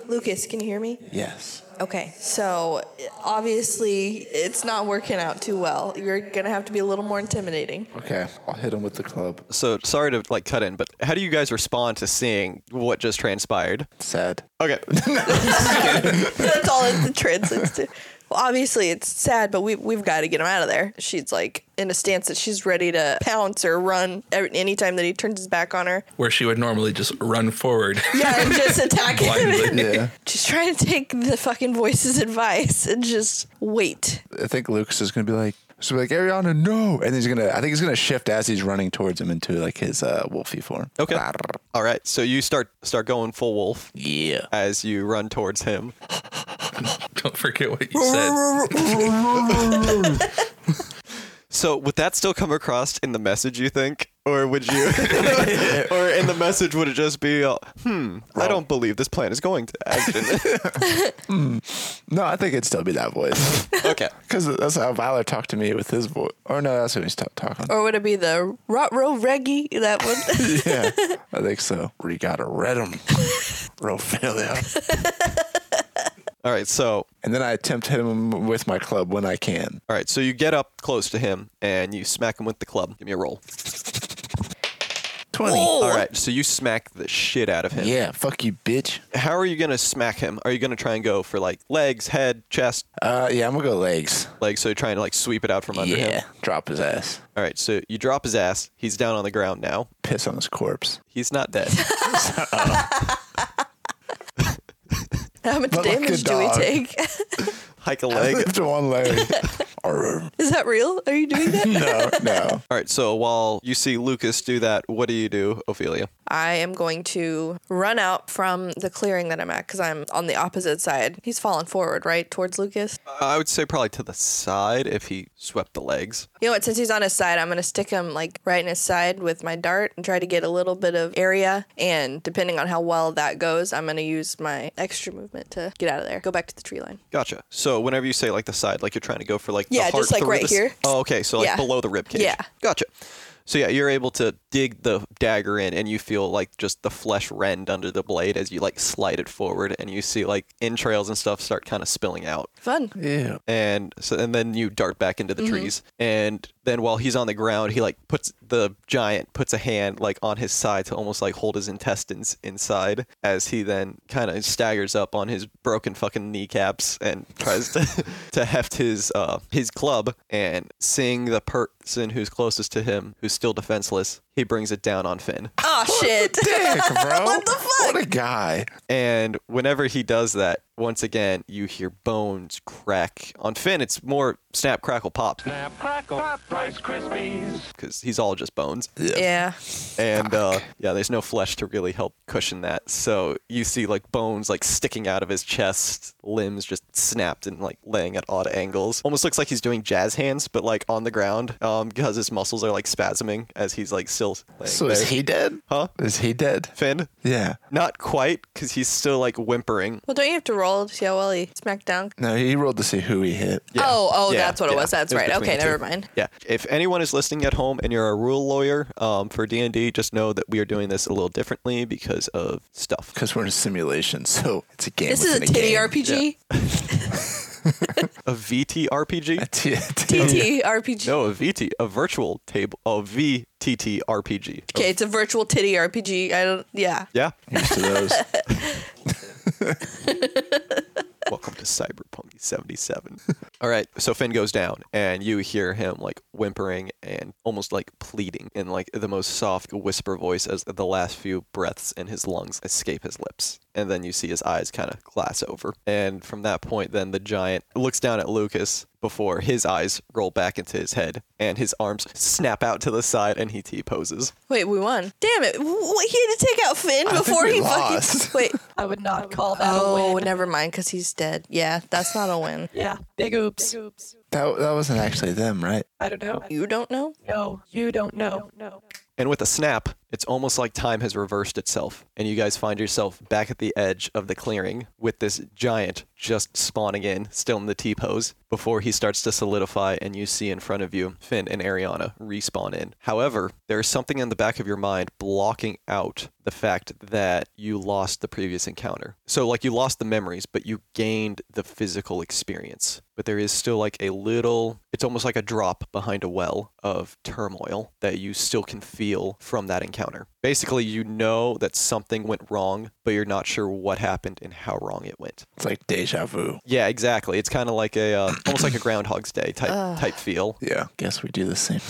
Speaker 2: nice.
Speaker 5: Lucas, can you hear me?
Speaker 2: Yes.
Speaker 5: Okay, so obviously it's not working out too well. You're gonna have to be a little more intimidating.
Speaker 2: Okay. I'll hit him with the club.
Speaker 6: So sorry to like cut in, but how do you guys respond to seeing what just transpired?
Speaker 2: Sad.
Speaker 6: Okay,
Speaker 5: That's all it translates to. Well, obviously it's sad, but we we've got to get him out of there. She's like in a stance that she's ready to pounce or run every, anytime that he turns his back on her.
Speaker 7: Where she would normally just run forward.
Speaker 5: Yeah, and just attack him.
Speaker 7: Blindly.
Speaker 2: Yeah.
Speaker 5: She's trying to take the fucking voice's advice and just wait.
Speaker 2: I think Lucas is gonna be like, she's gonna be like Ariana, no, and he's gonna. I think he's gonna shift as he's running towards him into like his uh, wolfy form.
Speaker 6: Okay. all right. So you start start going full wolf
Speaker 2: Yeah.
Speaker 6: as you run towards him.
Speaker 7: Don't forget what you said.
Speaker 6: So would that still come across in the message? You think, or would you, or in the message would it just be, uh, hmm, I don't believe this plan is going to action.
Speaker 2: No, I think it'd still be that voice
Speaker 6: okay.
Speaker 2: because that's how Valor talked to me with his voice. Or no, that's when he stopped talking.
Speaker 5: Or would it be the rot row reggie that one?
Speaker 2: yeah, I think so. We gotta red him, Rophilia.
Speaker 6: All right. So
Speaker 2: And then I attempt hit him with my club when I can.
Speaker 6: all right. So you get up close to him and you smack him with the club. Give me a roll.
Speaker 2: Twenty.
Speaker 6: All right, so you smack the shit out of him.
Speaker 2: Yeah, fuck you, bitch.
Speaker 6: How are you gonna smack him? Are you gonna try and go for like legs, head, chest,
Speaker 2: Uh, yeah, I'm gonna go legs.
Speaker 6: legs? So you're trying to like sweep it out from under
Speaker 2: yeah,
Speaker 6: him.
Speaker 2: drop his ass,
Speaker 6: All right, so you drop his ass. He's down on the ground now.
Speaker 2: piss on his corpse.
Speaker 6: He's not dead.
Speaker 5: How much
Speaker 2: But like a
Speaker 5: damage do we
Speaker 2: dog.
Speaker 5: take?
Speaker 6: Hike a
Speaker 2: I
Speaker 6: leg.
Speaker 2: lift one leg. Arr.
Speaker 5: Is that real? Are you doing that?
Speaker 2: No, no.
Speaker 6: All right, so while you see Lucas do that, what do you do, Ophelia?
Speaker 5: I am going to run out from the clearing that I'm at because I'm on the opposite side. He's fallen forward, right? Towards Lucas.
Speaker 6: I would say probably to the side if he swept the legs.
Speaker 5: You know what? Since he's on his side, I'm going to stick him like right in his side with my dart and try to get a little bit of area. And depending on how well that goes, I'm going to use my extra movement to get out of there, go back to the tree line.
Speaker 6: Gotcha. So whenever you say like the side, like you're trying to go for like the
Speaker 5: Yeah,
Speaker 6: heart
Speaker 5: just, like,
Speaker 6: through
Speaker 5: right
Speaker 6: the s-
Speaker 5: here.
Speaker 6: Oh, okay. So like
Speaker 5: Yeah.
Speaker 6: below the rib cage.
Speaker 5: Yeah.
Speaker 6: Gotcha. So yeah, you're able to dig the dagger in, and you feel like just the flesh rend under the blade as you like slide it forward, and you see like entrails and stuff start kind of spilling out.
Speaker 5: Fun.
Speaker 2: Yeah.
Speaker 6: And so and then you dart back into the
Speaker 5: Mhm.
Speaker 6: trees, and then while he's on the ground, he like puts the giant puts a hand like on his side to almost like hold his intestines inside as he then kind of staggers up on his broken fucking kneecaps and tries to to heft his uh his club and seeing the person who's closest to him who's still defenseless, he brings it down on Finn.
Speaker 5: Oh, shit.
Speaker 2: Dick, bro.
Speaker 5: what the fuck?
Speaker 2: What a guy.
Speaker 6: And whenever he does that, once again, you hear bones crack. On Finn, it's more snap, crackle, pop. Snap, crackle, pop, Rice Krispies. Because he's all just bones.
Speaker 5: Yeah.
Speaker 6: And uh, yeah, there's no flesh to really help cushion that. So you see like bones like sticking out of his chest, limbs just snapped and like laying at odd angles. Almost looks like he's doing jazz hands, but like on the ground um, because his muscles are like spasming as he's like still laying
Speaker 2: So
Speaker 6: there.
Speaker 2: is he dead?
Speaker 6: Huh?
Speaker 2: Is he dead?
Speaker 6: Finn?
Speaker 2: Yeah.
Speaker 6: Not quite, because he's still like whimpering.
Speaker 5: Well, don't you have to roll to see how well he smacked down?
Speaker 2: No, he rolled to see who he hit.
Speaker 5: Oh, oh,
Speaker 6: Yeah,
Speaker 5: that's what it
Speaker 6: yeah.
Speaker 5: was. That's
Speaker 6: It was
Speaker 5: right.
Speaker 6: between
Speaker 5: Okay,
Speaker 6: the
Speaker 5: never
Speaker 6: two.
Speaker 5: mind.
Speaker 6: Yeah. If anyone is listening at home and you're a rule lawyer um, for D and D, just know that we are doing this a little differently because of stuff.
Speaker 2: Because we're in a simulation, so it's a game.
Speaker 5: This is a
Speaker 2: within
Speaker 5: titty
Speaker 2: game.
Speaker 5: RPG.
Speaker 6: A VTRPG?
Speaker 2: T-
Speaker 5: TT RPG.
Speaker 6: No, a VT, a virtual table, a VTTRPG.
Speaker 5: Okay, it's a virtual titty RPG. I don't. Yeah.
Speaker 6: Yeah.
Speaker 2: Used to those.
Speaker 6: Welcome to Cyberpunk 77. All right. So Finn goes down, and you hear him like whimpering and almost like pleading in like the most soft whisper voice as the last few breaths in his lungs escape his lips. And then you see his eyes kind of glass over. And from that point, then the giant looks down at Lucas before his eyes roll back into his head and his arms snap out to the side and he T poses.
Speaker 5: Wait, we won. Damn it! W- w- he had to take out Finn
Speaker 2: think
Speaker 5: before
Speaker 2: we
Speaker 5: he
Speaker 2: lost.
Speaker 5: fucking. Wait.
Speaker 10: I would not call that a
Speaker 5: Oh,
Speaker 10: win.
Speaker 5: never mind, because he's dead. Yeah, that's not a win.
Speaker 10: Yeah, big oops.
Speaker 2: that, that wasn't actually them, right?
Speaker 10: I don't know.
Speaker 5: You don't know?
Speaker 10: No, you don't know. No.
Speaker 6: And with a snap, it's almost like time has reversed itself, and you guys find yourself back at the edge of the clearing with this giant just spawning in, still in the T pose, before he starts to solidify, and you see in front of you Finn and Ariana respawn in. However, there is something in the back of your mind blocking out the fact that you lost the previous encounter. So, like, you lost the memories, but you gained the physical experience. But there is still like a little, it's almost like a drop behind a well of turmoil that you still can feel from that encounter. Basically, you know that something went wrong, but you're not sure what happened and how wrong it went.
Speaker 2: It's like deja vu.
Speaker 6: Yeah, exactly. It's kind of like a, uh, almost like a Groundhog's Day type, type feel.
Speaker 2: Yeah. Guess we do the same.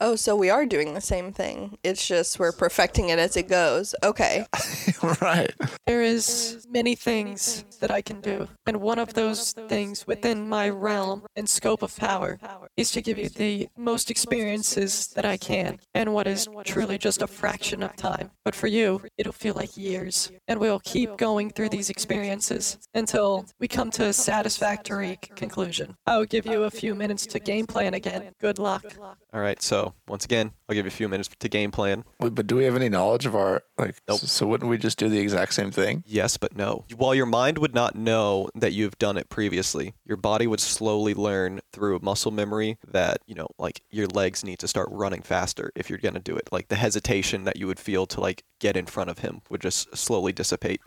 Speaker 5: Oh, so we are doing the same thing. It's just we're perfecting it as it goes. Okay.
Speaker 2: right.
Speaker 10: There is many things that I can do, and one of those things within my realm and scope of power is to give you the most experiences that I can, and what is truly just a fraction of time. But for you, it'll feel like years, and we'll keep going through these experiences until we come to a satisfactory c- conclusion. I'll give you a few minutes to game plan again. Good luck.
Speaker 6: All right. So, once again, I'll give you a few minutes to game plan.
Speaker 2: Wait, but do we have any knowledge of our like? So, so wouldn't we just do the exact same thing?
Speaker 6: Yes, but no. While your mind would not know that you've done it previously, your body would slowly learn through muscle memory that, you know, like your legs need to start running faster if you're going to do it. Like the hesitation that you would feel to like get in front of him would just slowly dissipate.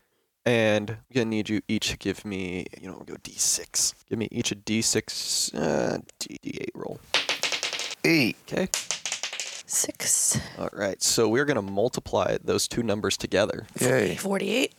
Speaker 6: And I'm going to need you each to give me, you know, go D6. Give me each a D6, uh, D8 roll.
Speaker 2: Eight.
Speaker 6: Okay.
Speaker 5: Six.
Speaker 6: All right. So we're going to multiply those two numbers together.
Speaker 2: Yay.
Speaker 5: 48.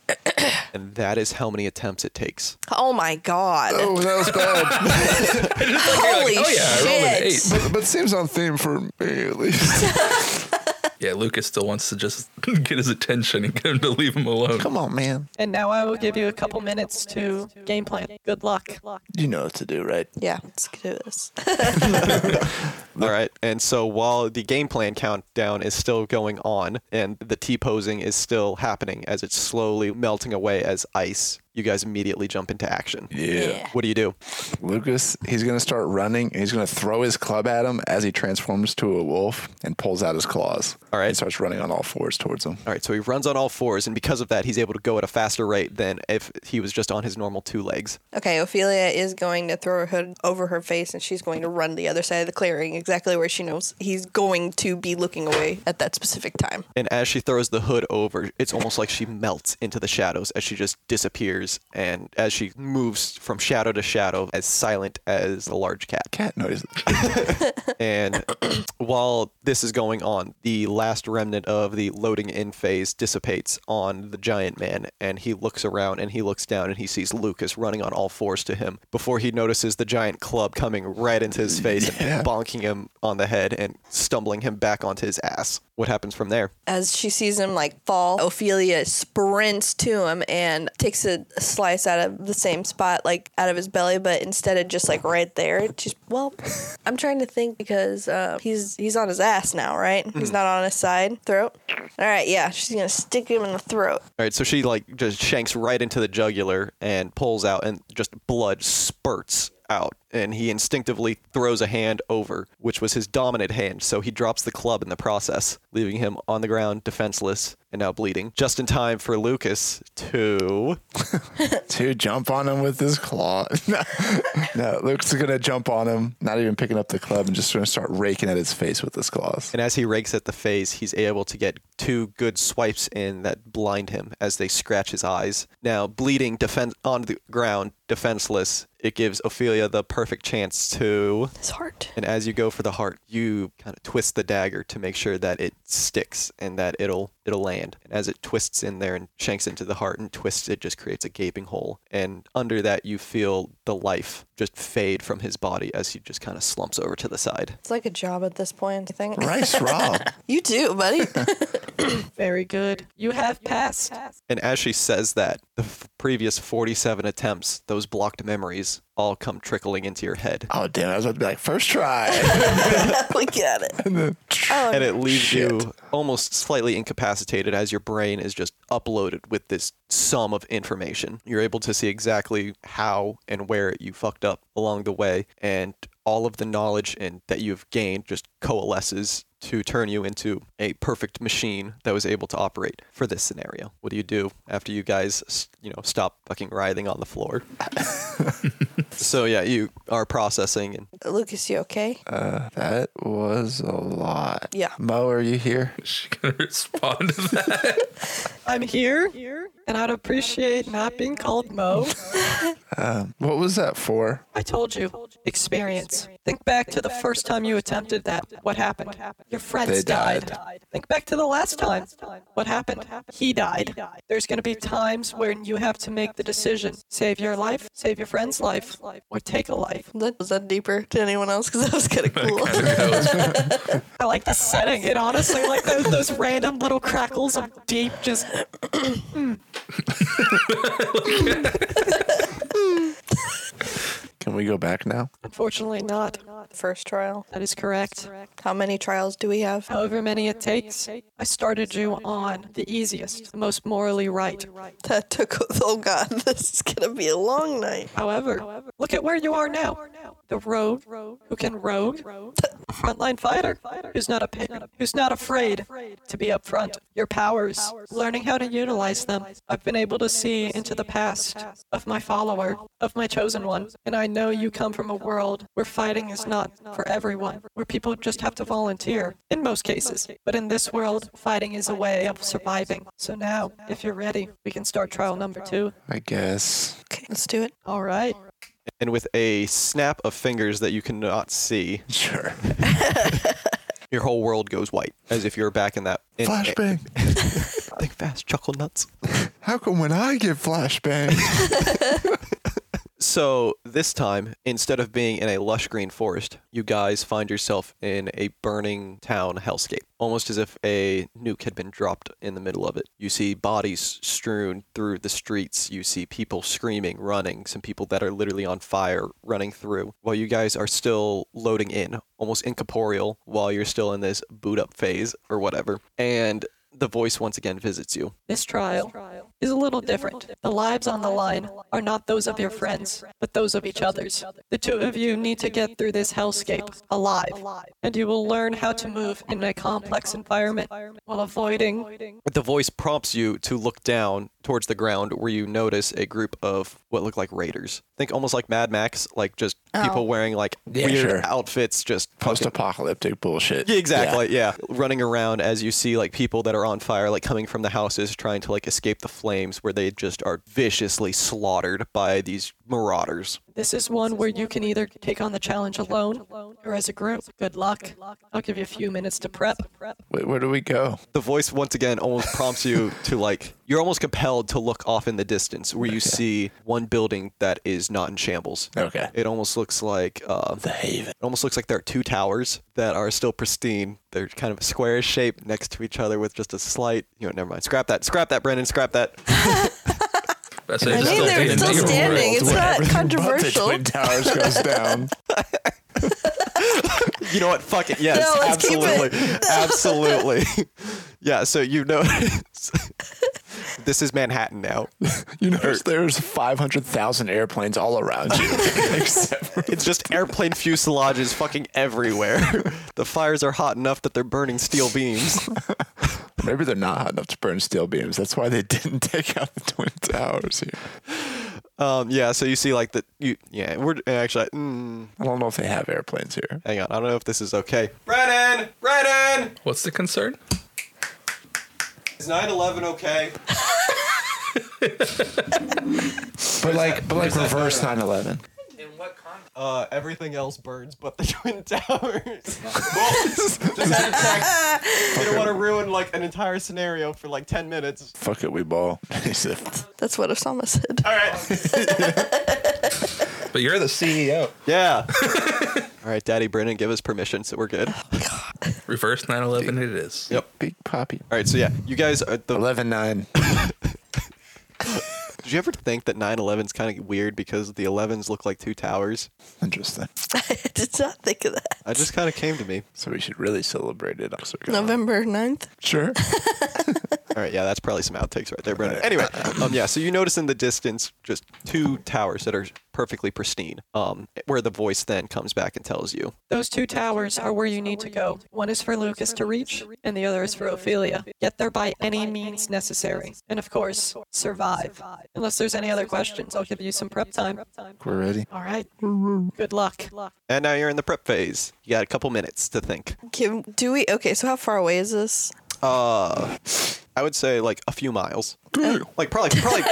Speaker 6: And that is how many attempts it takes.
Speaker 5: Oh my god.
Speaker 2: Oh, that was bad.
Speaker 5: Holy
Speaker 7: oh, yeah, I rolled an
Speaker 5: shit.
Speaker 7: eight.
Speaker 2: but, but seems on theme for me at least.
Speaker 7: Yeah, Lucas still wants to just get his attention and get him to leave him alone.
Speaker 2: Come on, man.
Speaker 10: And now I will give you a couple minutes to game plan. Good luck.
Speaker 2: You know what to do, right?
Speaker 5: Yeah, let's do this.
Speaker 6: All right. And so while the game plan countdown is still going on and the T posing is still happening as it's slowly melting away as ice, you guys immediately jump into action.
Speaker 2: Yeah.
Speaker 6: What do you do?
Speaker 2: Lucas, he's going to start running and he's going to throw his club at him as he transforms to a wolf and pulls out his claws.
Speaker 6: All right.
Speaker 2: He starts running on all fours towards him.
Speaker 6: All right, so he runs on all fours, and because of that, he's able to go at a faster rate than if he was just on his normal two legs.
Speaker 5: okay, Ophelia is going to throw her hood over her face and she's going to run the other side of the clearing, exactly where she knows he's going to be looking away at that specific time.
Speaker 6: And as she throws the hood over, it's almost like she melts into the shadows as she just disappears, and as she moves from shadow to shadow, as silent as a large cat.
Speaker 2: Cat noises.
Speaker 6: And while this is going on, the last remnant of the loading in phase dissipates on the giant man, and he looks around and he looks down and he sees Lucas running on all fours to him before he notices the giant club coming right into his face
Speaker 2: Yeah.
Speaker 6: and bonking him on the head and stumbling him back onto his ass. What happens from there?
Speaker 5: As she sees him like fall, Ophelia sprints to him and takes a slice out of the same spot, like out of his belly, but instead of just like right there, she's well. I'm trying to think because uh, he's he's on his ass now, right? He's not on his side throat. All right, yeah, she's gonna stick him in the throat.
Speaker 6: All right, so she like just shanks right into the jugular and pulls out, and just blood spurts out. And he instinctively throws a hand over, which was his dominant hand. So he drops the club in the process, leaving him on the ground, defenseless, and now bleeding. Just in time for Lucas to.
Speaker 2: to jump on him with his claw. no, no, Luke's going to jump on him, not even picking up the club, and just going to start raking at his face with his claws.
Speaker 6: And as he rakes at the face, he's able to get two good swipes in that blind him as they scratch his eyes. Now, bleeding defen- on the ground, defenseless, it gives Ophelia the perfect chance to.
Speaker 5: His heart.
Speaker 6: And as you go for the heart, you kind of twist the dagger to make sure that it sticks and that it'll it'll land. And as it twists in there and shanks into the heart and twists, it just creates a gaping hole. And under that, you feel the life just fade from his body as he just kind of slumps over to the side.
Speaker 5: It's like a job at this point, I think.
Speaker 2: Nice rob.
Speaker 5: You too, buddy.
Speaker 10: Very good. You have passed.
Speaker 6: And as she says that, the f- previous 47 attempts, those blocked memories, all come trickling into your head.
Speaker 2: Oh, damn. I was about to be like, first try.
Speaker 5: we got it.
Speaker 6: and it leaves
Speaker 2: Oh, Shit.
Speaker 6: you almost slightly incapacitated as your brain is just uploaded with this sum of information. You're able to see exactly how and where you fucked up along the way and all of the knowledge and that you've gained just coalesces to turn you into a perfect machine that was able to operate for this scenario. What do you do after you guys, s- you know, stop fucking writhing on the floor? so yeah, you are processing and
Speaker 5: Lucas, you okay?
Speaker 2: Uh, that was a lot.
Speaker 5: Yeah.
Speaker 2: Mo, are you here?
Speaker 7: Is she gonna respond to that?
Speaker 10: I'm here, and I'd appreciate not being called Mo.
Speaker 2: Um, What was that for?
Speaker 10: I told you. Experience. Think back to the first time you attempted that. What happened?
Speaker 2: They
Speaker 10: Your friends
Speaker 2: died.
Speaker 10: died. Think back to the last time. What happened? He died. There's going to be times when you have to make the decision save your life, save your friend's life, or take a life.
Speaker 5: That, was that deeper to anyone else? Because that was kind of cool.
Speaker 10: I like the setting. It honestly, like those, those random little crackles of deep, just
Speaker 2: Can we go back now?
Speaker 10: unfortunately not.
Speaker 5: First trial.
Speaker 10: That is correct.
Speaker 5: How many trials do we have?
Speaker 10: However many it takes, I started you on the easiest, the most morally right.
Speaker 5: That took. Oh God, this is gonna be a long night.
Speaker 10: However, look at where you are now. The rogue who can rogue, the frontline fighter who's not a pa- who's not afraid to be up front. Your powers, learning how to utilize them. I've been able to see into the past of my follower, of my chosen one, and I know you come from a world where fighting is not for everyone, where people just have to volunteer in most cases. But in this world, fighting is a way of surviving. So now, if you're ready, we can start trial number 2.
Speaker 2: I guess.
Speaker 5: Okay, let's do it.
Speaker 10: All right.
Speaker 6: and with a snap of fingers that you cannot see,
Speaker 2: Sure.
Speaker 6: your whole world goes white as if you're back in that in,
Speaker 2: Flashbang.
Speaker 6: Think fast, chuckle nuts.
Speaker 2: How come when I get flashbang?
Speaker 6: So this time, instead of being in a lush green forest, you guys find yourself in a burning town hellscape, almost as if a nuke had been dropped in the middle of it. You see bodies strewn through the streets. You see people screaming, running, some people that are literally on fire running through, while you guys are still loading in, almost incorporeal, while you're still in this boot up phase or whatever. And the voice once again visits you.
Speaker 10: This trial is a little different. The lives on the line are not those of your friends, but those of each other's. The two of you need to get through this hellscape alive, and you will learn how to move in a complex environment while avoiding.
Speaker 6: The voice prompts you to look down towards the ground where you notice a group of what look like raiders. Think almost like Mad Max, like just people wearing like
Speaker 2: Yeah,
Speaker 6: weird
Speaker 2: sure.
Speaker 6: outfits, just fucking-
Speaker 2: Post-apocalyptic Oh, bullshit.
Speaker 6: Yeah, exactly. Yeah. running around as you see like people that are on fire, like coming from the houses, trying to like escape the flames, where they just are viciously slaughtered by these marauders.
Speaker 10: This is one where you can either take on the challenge alone or as a group. Good luck. I'll give you a few minutes to prep.
Speaker 2: Wait, where do we go?
Speaker 6: The voice once again almost prompts you to like you're almost compelled to look off in the distance where you see one building that is not in shambles.
Speaker 2: Okay.
Speaker 6: It almost looks like uh, the Haven. It almost looks like there are two towers that are still pristine. They're kind of a square shape next to each other with just a slight. You know, never mind. Scrap that. Scrap that, Brendan. Scrap that.
Speaker 7: That's
Speaker 5: I mean, they're still standing. It's not controversial.
Speaker 2: Twin Towers goes down.
Speaker 6: You know what? Fuck it. Yes,
Speaker 5: No, let's keep
Speaker 6: absolutely, absolutely. yeah. So you know, this is Manhattan now. Er.
Speaker 2: You know, there's 500,000 airplanes all around you. except for
Speaker 6: It's just airplane fuselages fucking everywhere. the fires are hot enough that they're burning steel beams.
Speaker 2: Maybe they're not hot enough to burn steel beams. That's why they didn't take out the Twin Towers here.
Speaker 6: Um, yeah. So you see, like the you. Yeah. We're actually. Mm,
Speaker 2: I don't know if they have airplanes here.
Speaker 6: hang on. I don't know if this is okay. Brennan. Brennan.
Speaker 7: What's the concern?
Speaker 6: Is 9/11 okay?
Speaker 2: But like, but like reverse 9/11.
Speaker 6: Uh, everything else burns but the Twin Towers. well, just had to check. You don't want to ruin like an entire scenario for like 10 minutes.
Speaker 2: Fuck it, we ball. He said,
Speaker 5: That's what Osama said.
Speaker 6: All right.
Speaker 7: But you're the E CEO.
Speaker 6: Yeah. All right, Daddy Brennan, give us permission, so we're good. All
Speaker 7: Reverse 9/11. It is.
Speaker 2: Big Poppy.
Speaker 6: right, so yeah, you guys. Are the,
Speaker 2: 11-9.
Speaker 6: did you ever think that 9/11 is kind of weird because the 11s look like two towers?
Speaker 2: Interesting.
Speaker 5: I did not think of that.
Speaker 6: I just kind of came to me.
Speaker 2: So we should really celebrate it.
Speaker 5: November 9th.
Speaker 2: Sure.
Speaker 6: All right, yeah, that's probably some outtakes right there, Brennan. Anyway, um, yeah, so you notice in the distance just two towers that are perfectly pristine, um, where the voice then comes back and tells you.
Speaker 10: Those two towers are where you need to go. One is for Lucas to reach, and the other is for Ophelia. Get there by any means necessary. And of course, survive. Unless there's any other questions, I'll give you some prep time.
Speaker 2: We're ready.
Speaker 10: All right. Good luck.
Speaker 6: And now you're in the prep phase. You got a couple minutes to think.
Speaker 5: Can, do we? Okay, so how far away is this?
Speaker 6: Uh, I would say like a few miles. like probably, probably.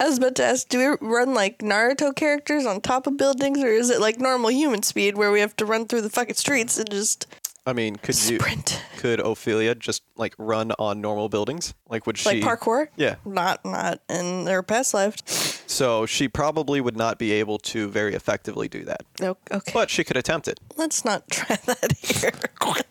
Speaker 5: I was about to ask, do we run like Naruto characters on top of buildings, or is it like normal human speed where we have to run through the fucking streets and just
Speaker 6: I mean, could you?
Speaker 5: sprint?
Speaker 6: Could Ophelia just like run on normal buildings? Like would she?
Speaker 5: Like parkour?
Speaker 6: Yeah.
Speaker 5: Not, not in their past life.
Speaker 6: So she probably would not be able to very effectively do that.
Speaker 5: No, Oh, okay.
Speaker 6: But she could attempt it.
Speaker 5: Let's not try that here.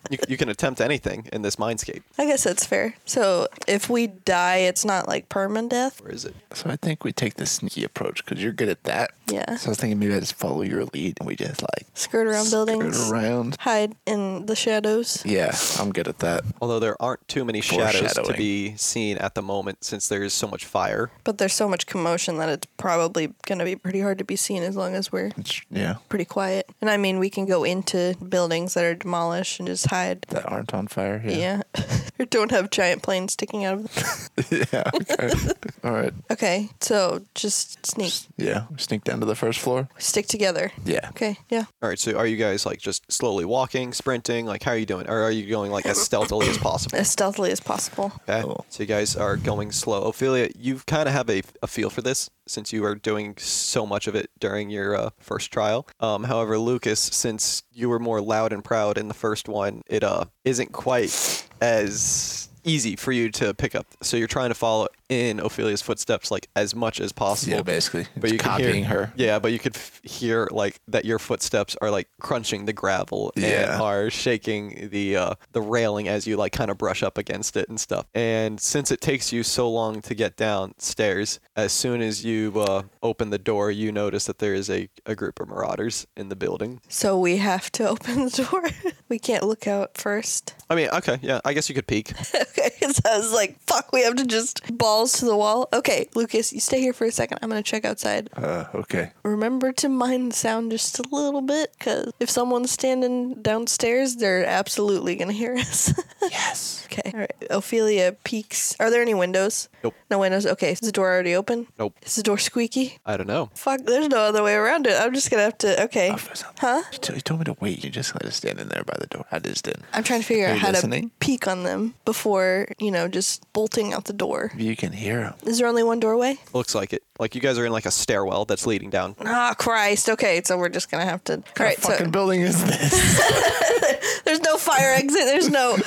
Speaker 6: You, you can attempt anything in this mindscape.
Speaker 5: I guess that's fair. So if we die, it's not like permadeath.
Speaker 6: Where is it?
Speaker 2: So I think we take the sneaky approach because you're good at that.
Speaker 5: Yeah.
Speaker 2: So I was thinking maybe I just follow your lead and we just like
Speaker 5: Skirt around buildings.
Speaker 2: skirt around.
Speaker 5: Hide in the shadows.
Speaker 2: Yeah, I'm good at that.
Speaker 6: Although there aren't too many shadows to
Speaker 2: Foreshadowing.
Speaker 6: be seen at the moment since there is so much fire.
Speaker 5: But there's so much commotion that it's probably going to be pretty hard to be seen as long as we're
Speaker 2: It's- Yeah,
Speaker 5: pretty quiet. And I mean, we can go into buildings that are demolished and just hide.
Speaker 2: that aren't on fire.
Speaker 5: Yeah. or don't have giant planes sticking out of them.
Speaker 2: Yeah. okay. All right.
Speaker 5: Okay, so just sneak.
Speaker 2: Yeah. We sneak down to the first floor.
Speaker 5: Stick together.
Speaker 2: Yeah.
Speaker 5: Okay, yeah.
Speaker 6: All right, so are you guys like just slowly walking, sprinting? Like, how are you doing? Or are you going like as stealthily as possible?
Speaker 5: As stealthily as possible.
Speaker 6: Okay.
Speaker 2: Cool.
Speaker 6: So you guys are going slow. Ophelia, you kind of have a, a feel for this since you are doing so much of it during your uh, first trial. Um, however, Lucas, since you were more loud and proud in the first one, it uh isn't quite as easy for you to pick up. So you're trying to follow in Ophelia's footsteps like as much as possible.
Speaker 2: Yeah, basically.
Speaker 6: But
Speaker 2: Just
Speaker 6: you can hear-
Speaker 2: copying her.
Speaker 6: Yeah, but you could f- hear like that your footsteps are like crunching the gravel
Speaker 2: Yeah.
Speaker 6: and are shaking the uh, the railing as you like kind of brush up against it and stuff. And since it takes you so long to get downstairs, as soon as you uh, open the door, you notice that there is a, a group of marauders in the building.
Speaker 5: So we have to open the door. we can't look out first.
Speaker 6: I mean, okay, yeah, I guess you could peek.
Speaker 5: okay, so I was like, fuck, we have to just balls to the wall. Okay, Lucas, you stay here for a second. I'm going to check outside.
Speaker 2: Uh, okay.
Speaker 5: Remember to mind the sound just a little bit, because if someone's standing downstairs, they're absolutely going to hear us. yes. Okay. All right. Ophelia peeks. Are there any windows?
Speaker 6: Nope.
Speaker 5: No windows? Okay. Is the door already open?
Speaker 6: Nope.
Speaker 5: Is the door squeaky?
Speaker 6: I don't know.
Speaker 5: Fuck, there's no other way around it. I'm just going to have to. Okay. Huh?
Speaker 2: You, t- you told me to wait. You just let us stand in there by the door. I just didn't.
Speaker 5: I'm trying to figure
Speaker 2: Are
Speaker 5: out
Speaker 2: you
Speaker 5: how
Speaker 2: listening?
Speaker 5: to peek on them before, you know, just bolting out the door.
Speaker 2: You can hear him.
Speaker 5: Is there only one doorway?
Speaker 6: Looks like it. Like you guys are in like a stairwell that's leading down.
Speaker 5: Ah, Christ. Okay, so we're just going to have to. All right, so
Speaker 2: fucking building is this?
Speaker 5: there's no fire exit. There's no.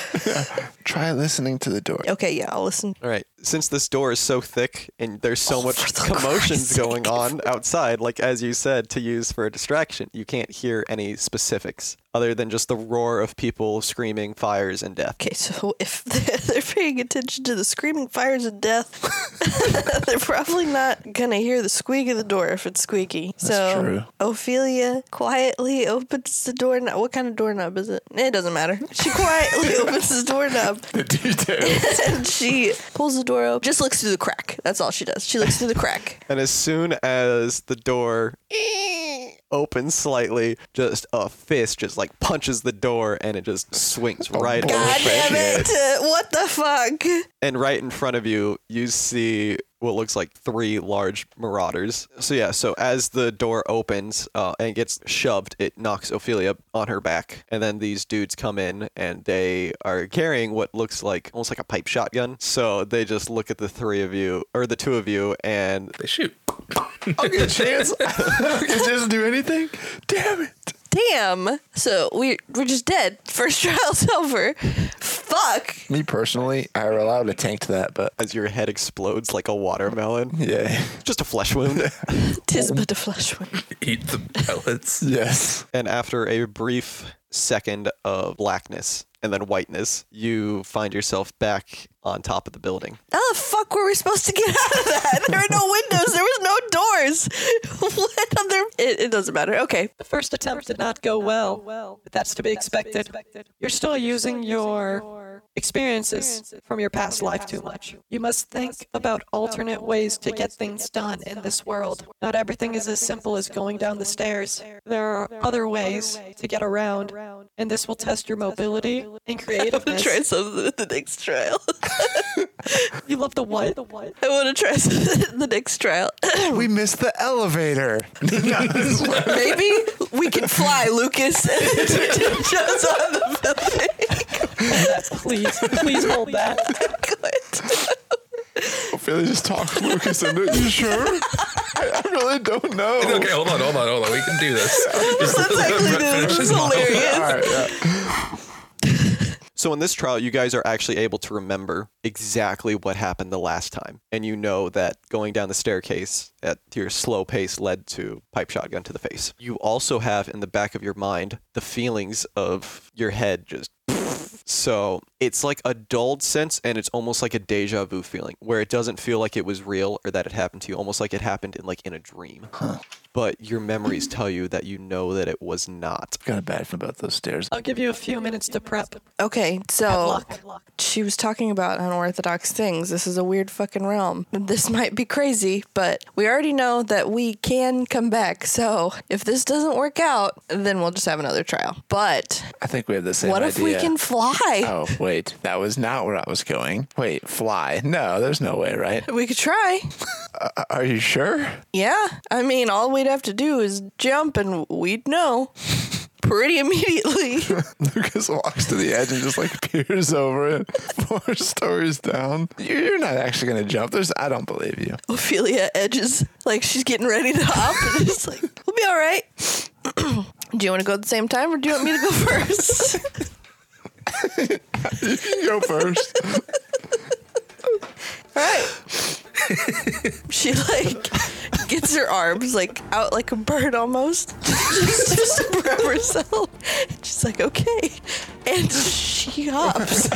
Speaker 2: Try listening to the door.
Speaker 5: Okay, yeah, I'll listen.
Speaker 6: All right. Since this door is so thick and there's
Speaker 5: Oh,
Speaker 6: so much commotions going on outside, like as you said, to use for a distraction, you can't hear any specifics other than just the roar of people screaming fires and death.
Speaker 5: Okay, so if they're, they're paying attention to the screaming fires of death, they're probably not going to hear the squeak of the door if it's squeaky. so
Speaker 2: true.
Speaker 5: Ophelia quietly opens the doorknob. What kind of doorknob is it? It doesn't matter. She quietly opens the doorknob
Speaker 2: The details.
Speaker 5: and she pulls the door open. Just looks through the crack. That's all she does. She looks through the crack.
Speaker 6: And as soon as the door opens slightly, just a fist just like punches the door and it just swings right
Speaker 5: Oh, God
Speaker 6: open.
Speaker 5: damn it! Uh, What the fuck?
Speaker 6: And right in front of you, you see what looks like three large marauders. So yeah, so as the door opens uh, and gets shoved, it knocks Ophelia on her back, and then these dudes come in and they are carrying what looks like almost like a pipe shotgun. So they just look at the three of you or the two of you, and
Speaker 7: They shoot.
Speaker 2: I'll get a chance. I'll get a chance to do anything. Damn it.
Speaker 5: Damn. So we we're just dead. First trial's over. Fuck.
Speaker 2: Me personally, I would allow to tank to that, but
Speaker 6: as your head explodes like a watermelon,
Speaker 2: yeah.
Speaker 6: just a flesh wound.
Speaker 5: Tis but a flesh wound.
Speaker 7: Eat the pellets.
Speaker 2: Yes.
Speaker 6: And after a brief second of blackness and then whiteness, you find yourself back on top of the building.
Speaker 5: How the fuck were we supposed to get out of that? There were no windows. There was no doors. What other? It, it doesn't matter. Okay.
Speaker 10: The first attempt did not go well, but that's to be expected. You're still using your experiences from your past life too much. You must think about alternate ways to get things done in this world. Not everything is as simple as going down the stairs. There are other ways to get around, and this will test your mobility and
Speaker 5: I'm gonna try
Speaker 10: creativeness.
Speaker 5: something at the next trial.
Speaker 10: You love the what?
Speaker 5: I want to try something at the next trial.
Speaker 2: We missed the elevator.
Speaker 5: Maybe we can fly, Lucas. And then she jumps on the
Speaker 10: Please, please hold that.
Speaker 5: building.
Speaker 2: Ophelia just talked to Lucas and you sure? I, I really don't know.
Speaker 7: Okay, hold on, hold on, hold on. We can do Oh. this.
Speaker 5: That's actually this is hilarious.
Speaker 6: So in this trial, you guys are actually able to remember exactly what happened the last time. And you know that going down the staircase at your slow pace led to pipe shotgun to the face. You also have in the back of your mind the feelings of your head just So it's like a dulled sense, and it's almost like a deja vu feeling, where it doesn't feel like it was real or that it happened to you, almost like it happened in like in a dream. But your memories tell you that you know that it was not.
Speaker 2: Got a bad feeling about those stairs.
Speaker 10: I'll give you a few minutes to prep.
Speaker 5: Okay, so she was talking about unorthodox things. This is a weird fucking realm. This might be crazy, but we already know that we can come back. So if this doesn't work out, then we'll just have another trial. But
Speaker 2: I think we had the same
Speaker 5: what if we
Speaker 2: idea.
Speaker 5: can fly?
Speaker 2: Oh, wait. That was not where I was going. Wait, fly. No, there's no way, right?
Speaker 5: We could try.
Speaker 2: A- Are you sure?
Speaker 5: Yeah. I mean, all we'd have to do is jump and we'd know pretty immediately.
Speaker 2: Lucas walks to the edge and just like peers over it, four stories down. You- You're not actually going to jump. There's, I don't believe you.
Speaker 5: Ophelia edges like she's getting ready to hop and it's like, we'll be all right. do you want to go at the same time or do you want me to go first?
Speaker 2: You go first.
Speaker 5: She's like out like a bird almost. She's just to prep herself. She's like, okay. And she hops.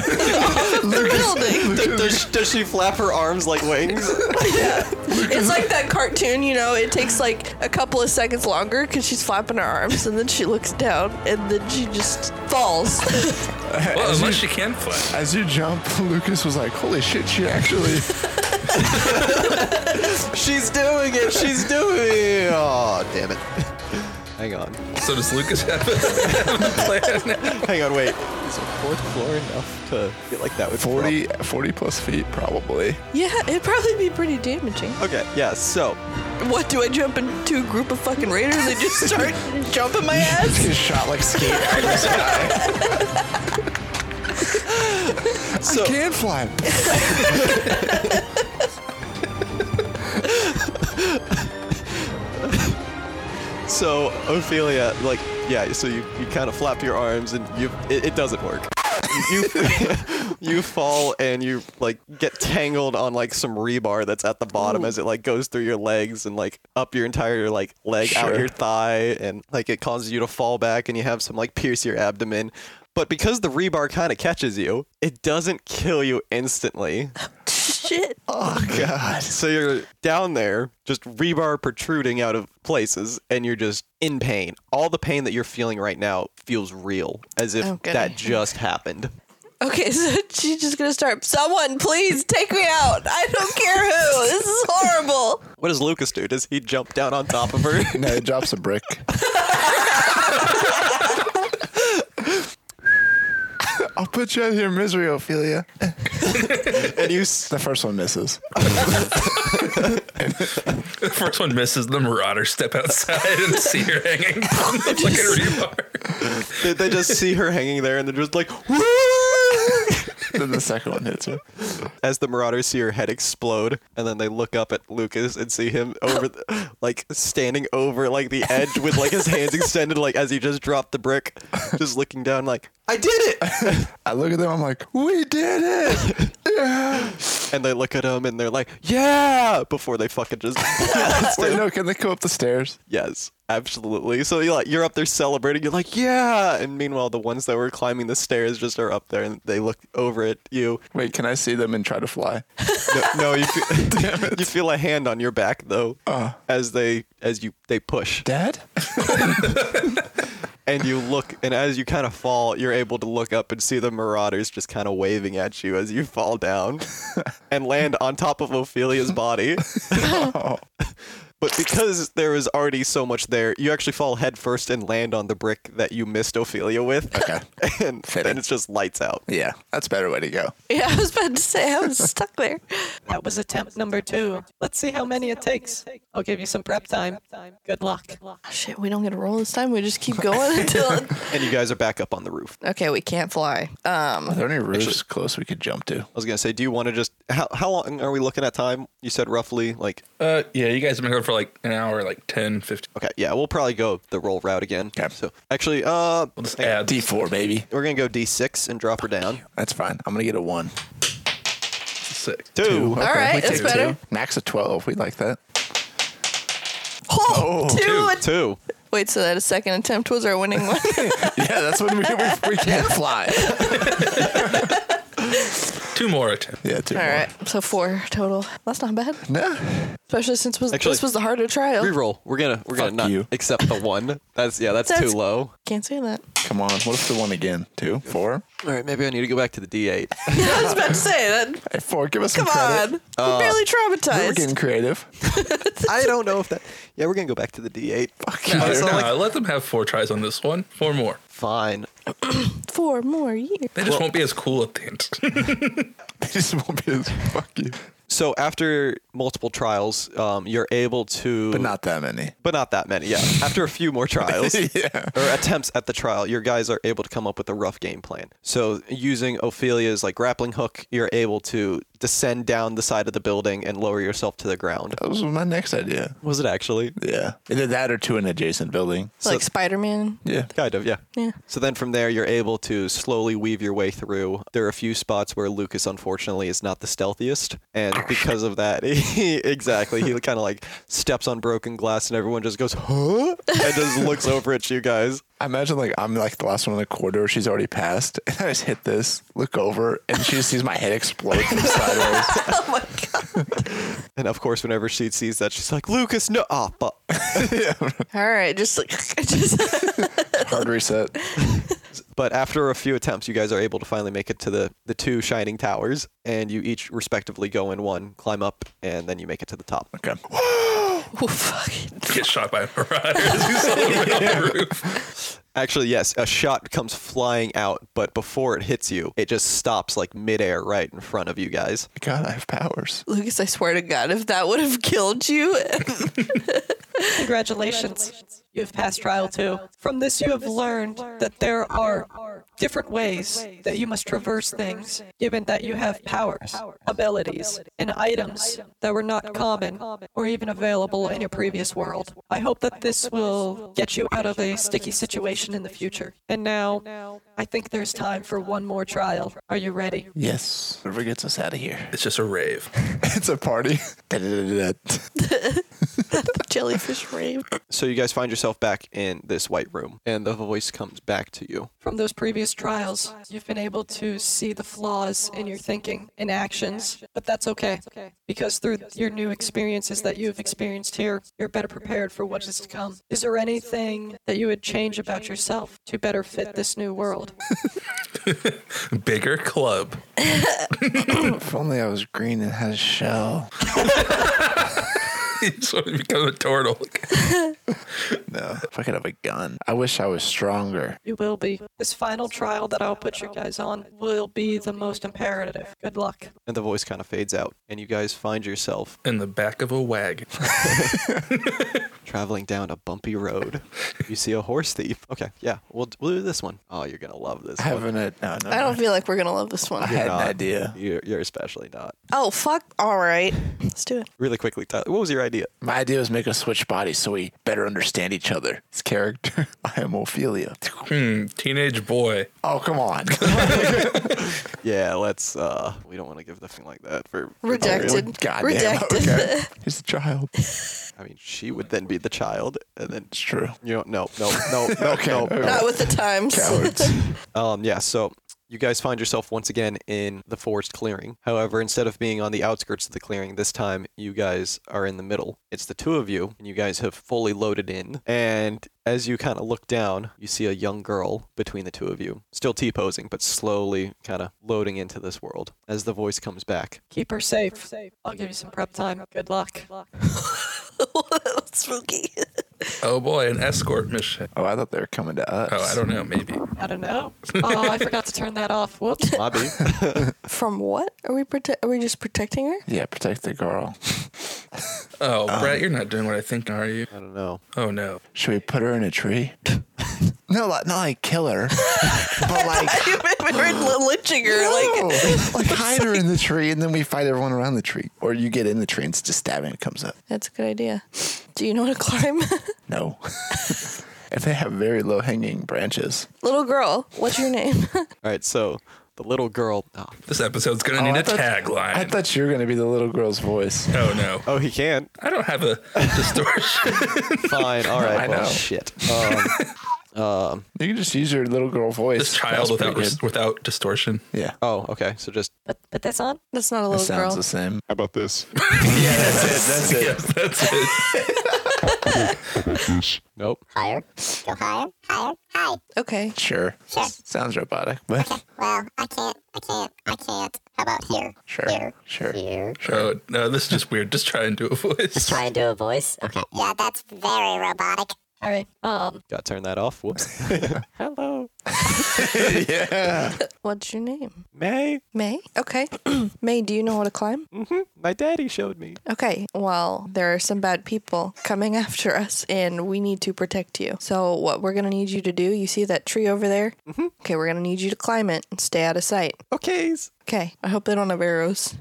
Speaker 6: does, does- does she flap her arms like wings?
Speaker 5: It's like that cartoon, you know, it takes like a couple of seconds longer because she's flapping her arms and then she looks down and then she just falls.
Speaker 7: Well, unless she can fly.
Speaker 2: As you jump, Lucas was like, "Holy shit! She actually."
Speaker 6: She's doing it. She's doing it. Oh, damn it. Hang on.
Speaker 7: So does Lucas have a, have a plan?
Speaker 6: Hang on, wait. Is a fourth floor enough to get like that with
Speaker 2: 40, 40 plus feet, probably.
Speaker 5: yeah, it'd probably be pretty damaging.
Speaker 6: Okay, yeah, so
Speaker 5: What do I jump into a group of fucking raiders and just start jumping my ass?
Speaker 2: He's shot like skeet out of the sky.
Speaker 6: So-
Speaker 2: I can fly.
Speaker 6: so Ophelia, like, yeah, so you, you kind of flap your arms and you it, it doesn't work. You you fall and you like get tangled on like some rebar that's at the bottom as it like goes through your legs and like up your entire like leg out
Speaker 2: Sure.
Speaker 6: your thigh and like it causes you to fall back and you have some like pierce your abdomen. But because the rebar kind of catches you, it doesn't kill you instantly.
Speaker 5: Shit.
Speaker 6: Oh god. So you're down there, just rebar protruding out of places, and you're just in pain. All the pain that you're feeling right now feels real, as if
Speaker 5: Okay.
Speaker 6: that just happened.
Speaker 5: Okay, so she's just gonna start. Someone, please take me out. I don't care who. This is horrible.
Speaker 6: What does Lucas do? Does he jump down on top of her?
Speaker 2: No, he drops a brick. I'll put you out of your misery, Ophelia.
Speaker 6: and you s-
Speaker 2: The first one misses.
Speaker 7: The first one misses the Marauder step outside and see her hanging from the fucking rebar.
Speaker 6: they, they just see her hanging there, and they're just like, "Woo!"
Speaker 2: then the second one hits her.
Speaker 6: as the marauders see her head explode, and then they look up at Lucas and see him over, the, like standing over like the edge with like his hands extended, like as he just dropped the brick, just looking down, like, "I did it."
Speaker 2: I look at them. I'm like, we did it. Yeah.
Speaker 6: and they look at him and they're like, "Yeah!" before they fucking just blast
Speaker 2: Wait,
Speaker 6: him.
Speaker 2: no, can they go up the stairs?
Speaker 6: Yes, absolutely. So you're like, you're up there celebrating. You're like, "Yeah!" And meanwhile, the ones that were climbing the stairs just are up there and they look over at you.
Speaker 2: Wait, can I see them and try to fly?
Speaker 6: No, no you feel, you feel a hand on your back though
Speaker 2: Uh.
Speaker 6: as they as you they push
Speaker 2: Dad?
Speaker 6: and you look and as you kind of fall, you're able to look up and see the marauders just kind of waving at you as you fall down and land on top of Ophelia's body. But because there is already so much there, you actually fall headfirst and land on the brick that you missed Ophelia with.
Speaker 2: Okay.
Speaker 6: and then
Speaker 2: Fitting.
Speaker 6: it's just lights out.
Speaker 2: Yeah, that's a better way to go.
Speaker 5: Yeah, I was about to say I was stuck there.
Speaker 10: That was attempt number two. Let's see how many it takes. I'll give you some prep time. Good luck.
Speaker 5: Shit, we don't get a roll this time. We just keep going until.
Speaker 6: And you guys are back up on the roof.
Speaker 5: okay, we can't fly. Um,
Speaker 2: Are there any roofs close we could jump to?
Speaker 6: I was going to say, do you want to just. How, how long are we looking at time? You said roughly like.
Speaker 7: Uh, yeah, you guys have been going for like an hour, like 10, 15.
Speaker 6: Okay, yeah, we'll probably go the roll route again.
Speaker 2: Okay.
Speaker 6: So actually, uh,
Speaker 7: We'll just add.
Speaker 2: D4, baby.
Speaker 6: we're going to go D6 and drop her down.
Speaker 2: That's fine. I'm going to get a one.
Speaker 7: Six.
Speaker 6: Two.
Speaker 2: Okay,
Speaker 5: right,
Speaker 2: we
Speaker 5: that's
Speaker 2: take
Speaker 5: better.
Speaker 2: Two. Max of 12. We like that.
Speaker 5: oh, two att-
Speaker 6: Two.
Speaker 5: Wait, so that a second attempt was our winning one?
Speaker 2: Yeah, that's when we, we, we can fly.
Speaker 7: Two more attempts.
Speaker 2: Yeah, two.
Speaker 5: All
Speaker 2: more.
Speaker 5: right, so four total. That's not bad,
Speaker 2: Nah.
Speaker 5: especially since was,
Speaker 6: Actually-
Speaker 5: this was the harder trial.
Speaker 6: Reroll. We're gonna we're gonna
Speaker 2: Fuck
Speaker 6: not
Speaker 2: you.
Speaker 6: accept the one. That's yeah. That's,
Speaker 5: That's-
Speaker 6: too low.
Speaker 5: Can't say that.
Speaker 2: Come on. What if the one again? Two, four.
Speaker 6: All right, maybe I need to go back to the D8.
Speaker 5: I was about to say that.
Speaker 2: Hey, four. Give us
Speaker 5: Come
Speaker 2: some credit.
Speaker 5: on, we're barely traumatized.
Speaker 2: We're getting creative.
Speaker 6: Uh, I don't know if that. Yeah, we're gonna go back to the D8. Fuck.
Speaker 7: No, no, let them have four tries on this one. Four more.
Speaker 6: Fine.
Speaker 5: Four more years.
Speaker 7: They just won't be as cool at the end.
Speaker 2: They just won't be as fuck you.
Speaker 6: So after multiple trials, um, you're able to
Speaker 2: But not that many.
Speaker 6: but not that many. Yeah. After a few more trials or attempts at the trial, your guys are able to come up with a rough game plan. So using Ophelia's like grappling hook, you're able to descend down the side of the building and lower yourself to the ground.
Speaker 2: That was my next idea.
Speaker 6: Was it actually?
Speaker 2: Yeah. Either that or to an adjacent building.
Speaker 5: like Spider Man.
Speaker 2: yeah.
Speaker 6: Kind of, yeah.
Speaker 5: Yeah.
Speaker 6: So then from there, you're able to slowly weave your way through. There are a few spots where Lucas, unfortunately, is not the stealthiest. And
Speaker 2: Oh,
Speaker 6: because of that, he, exactly, he kind of like steps on broken glass and everyone just goes, huh? And just looks over at you guys.
Speaker 2: I imagine like I'm like the last one in the corridor. She's already passed, and I just hit this, look over, and she just sees my head explode from sideways.
Speaker 6: And of course, whenever she sees that, she's like, Lucas, no. Ah, fuck.
Speaker 5: All right, just like just
Speaker 2: Hard reset.
Speaker 6: But after a few attempts, you guys are able to finally make it to the, the two shining towers, and you each respectively go in one, climb up, and then you make it to the top.
Speaker 2: Okay.
Speaker 7: Get shot by a marauder. He's all over the roof.
Speaker 6: Actually, yes, a shot comes flying out, but before it hits you, it just stops like midair right in front of you guys.
Speaker 2: God, I have powers.
Speaker 5: Lucas. I swear to God, if that would have killed you,
Speaker 10: Congratulations. You have passed trial two. From this, you have learned that there are different ways that you must traverse things, given that you have powers, abilities, and items that were not common or even available in your previous world. I hope that this will get you out of a sticky situation in the future. And now, I think there's time for one more trial. Are you ready?
Speaker 2: Yes. Whoever gets us out of here.
Speaker 7: It's just a rave.
Speaker 2: It's a party. Da-da-da-da-da.
Speaker 5: jellyfish rave.
Speaker 6: So you guys find yourself back in this white room, and the voice comes back to you.
Speaker 10: From those previous trials, you've been able to see the flaws in your thinking and actions, but that's okay. Because through your new experiences that you've experienced here, you're better prepared for what is to come. Is there anything that you would change about yourself to better fit this new world?
Speaker 7: Bigger club.
Speaker 2: if only I was green and had a shell.
Speaker 7: He just wanted to become a turtle.
Speaker 2: No. If I could have a gun. I wish I was stronger.
Speaker 10: You will be. This final trial that I'll put you guys on will be the most imperative. Good luck.
Speaker 6: And the voice kind of fades out, and you guys find yourself
Speaker 7: In the back of a wagon.
Speaker 6: traveling down a bumpy road. You see a horse thief. Okay, yeah, we'll, we'll do this one. Oh, you're going to love this
Speaker 2: I
Speaker 6: one.
Speaker 2: haven't. A, no, no.
Speaker 5: I don't feel like we're gonna love this
Speaker 2: I
Speaker 5: one.
Speaker 2: had
Speaker 6: Not.
Speaker 2: an idea.
Speaker 6: You're, you're especially not.
Speaker 5: Oh fuck! All right, let's do it.
Speaker 6: Really quickly, Tyler, what was your idea?
Speaker 2: My idea was make us switch bodies so we better understand each other. This character, I am Ophelia.
Speaker 7: Hmm, teenage boy.
Speaker 2: Oh, come on.
Speaker 6: Yeah, let's, uh, we don't want to give the thing like that for.
Speaker 5: Redacted.
Speaker 2: God damn.
Speaker 5: Redacted.
Speaker 2: Okay. He's a child. It's
Speaker 6: I mean, she would then be the child, and then
Speaker 2: true.
Speaker 6: You know, no, no, no, no, no,
Speaker 5: Not with the times.
Speaker 2: Cowards.
Speaker 6: no. Um, yeah. So you guys find yourself once again in the forest clearing. However, instead of being on the outskirts of the clearing, this time you guys are in the middle. It's the two of you, and you guys have fully loaded in. And as you kind of look down, you see a young girl between the two of you, still T posing, but slowly kind of loading into this world. As the voice comes back,
Speaker 10: Keep her safe. I'll give you some prep time. Good luck.
Speaker 5: That's spooky.
Speaker 7: Oh boy, an escort mission.
Speaker 2: Oh, I thought they were coming to us.
Speaker 7: Oh, I don't know. Maybe.
Speaker 10: I don't know. Oh, I forgot to turn that off. Whoops.
Speaker 6: Bobby.
Speaker 5: From what are we protect? Are we just protecting her?
Speaker 2: Yeah, protect the girl.
Speaker 7: Oh, Brett, you're not doing what I think, are you?
Speaker 6: I don't know.
Speaker 7: Oh no.
Speaker 2: Should we put her in a tree? no, like, not like kill her, but like,
Speaker 5: We're lynching her. Like
Speaker 2: no, like hide her in the tree, and then we fight everyone around the tree. Or you get in the tree and it's just stabbing. It comes up.
Speaker 5: that's a good idea. Do you know how to climb?
Speaker 2: No. if they have very low hanging branches,
Speaker 5: Little girl, what's your name?
Speaker 6: All right. So the little girl. Oh,
Speaker 7: This episode's gonna need
Speaker 2: I
Speaker 7: a
Speaker 2: thought-
Speaker 7: tagline.
Speaker 2: I thought you were gonna be the little girl's voice.
Speaker 7: oh no.
Speaker 6: oh he can't.
Speaker 7: I don't have a distortion.
Speaker 6: Fine. All right.
Speaker 2: I
Speaker 6: well,
Speaker 2: know.
Speaker 6: Shit. Um,
Speaker 2: You can just use your little girl voice.
Speaker 7: this child
Speaker 2: That's
Speaker 7: without
Speaker 2: pretty
Speaker 7: res-
Speaker 2: good.
Speaker 7: without distortion.
Speaker 2: yeah.
Speaker 6: oh, okay. So just
Speaker 10: But, but that's on.
Speaker 5: That's not a
Speaker 2: It
Speaker 5: little
Speaker 2: sounds
Speaker 5: girl.
Speaker 2: the same.
Speaker 6: How about this?
Speaker 2: That's it.
Speaker 7: Yes, that's it.
Speaker 6: Nope.
Speaker 11: Higher. Go higher. Higher. Hi.
Speaker 5: Okay.
Speaker 2: Sure. Sounds robotic, but
Speaker 11: Well, I can't. I can't. I can't. How about here?
Speaker 2: sure.
Speaker 11: Here.
Speaker 2: Sure.
Speaker 11: Here.
Speaker 7: Oh no, this is just weird. Just try and do a voice.
Speaker 11: Try and do a voice. Okay. Yeah, that's very robotic.
Speaker 10: All right. Um,
Speaker 6: Got to turn that off. Whoops. Hello.
Speaker 2: yeah.
Speaker 5: What's your name?
Speaker 6: May.
Speaker 5: May. Okay. May, do you know how to climb?
Speaker 6: Mm-hmm. My daddy showed me.
Speaker 5: Okay. Well, there are some bad people coming after us, and we need to protect you. So, what we're gonna need you to do? You see that tree over there? Mm-hmm. Okay, we're gonna need you to climb it and stay out of sight.
Speaker 6: Okay.
Speaker 5: Okay. I hope they don't have arrows.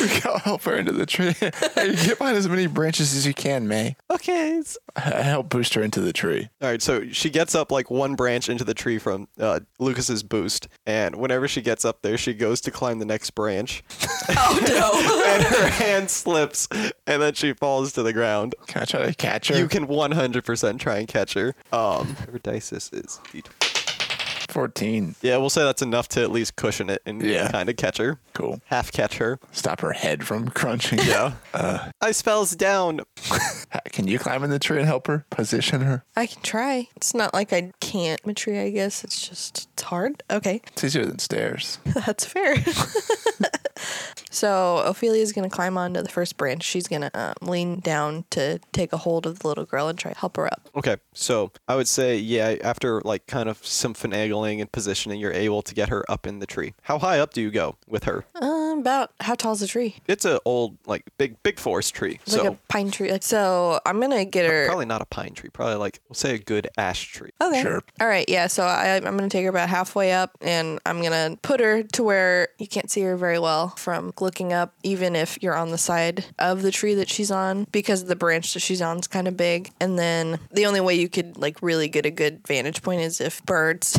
Speaker 2: we gotta help her into the tree. Hey, get behind as many branches as you can, May.
Speaker 6: Okay.
Speaker 2: I help boost her into the tree.
Speaker 6: All right, so she gets up like one branch into the tree from uh, Lucas's boost, and whenever she gets up there, she goes to climb the next branch. Oh no! and her hand slips, and then she falls to the ground.
Speaker 2: Can I try to catch her?
Speaker 6: You can 100% try and catch her. Um, her dice is is d
Speaker 2: 14.
Speaker 6: Yeah, we'll say that's enough to at least cushion it and
Speaker 2: Yeah.
Speaker 6: kind of catch her,
Speaker 2: Cool.
Speaker 6: half catch her.
Speaker 2: Stop her head from crunching.
Speaker 6: Yeah.
Speaker 2: Uh,
Speaker 6: I spells down.
Speaker 2: can you climb in the tree and help her? Position her?
Speaker 5: I can try. It's not like I can't matree, I guess. It's just it's hard. Okay.
Speaker 2: It's easier than stairs.
Speaker 5: That's fair. so Ophelia's gonna climb onto the first branch. She's gonna um, lean down to take a hold of the little girl and try to help her up.
Speaker 6: Okay, so I would say, yeah, after like kind of some finagling and positioning, you're able to get her up in the tree. How high up do you go with her?
Speaker 5: Um, about how tall is the tree?
Speaker 6: It's an old, like big, big forest tree.
Speaker 5: It's
Speaker 6: so
Speaker 5: like a pine tree. Like, so I'm gonna get her.
Speaker 6: probably not a pine tree. Probably like we'll say a good ash tree.
Speaker 5: Okay. All right. Yeah. So I, I'm going to take her about halfway up and I'm going to put her to where you can't see her very well from looking up, even if you're on the side of the tree that she's on, because the branch that she's on is kind of big. And then the only way you could like really get a good vantage point is if birds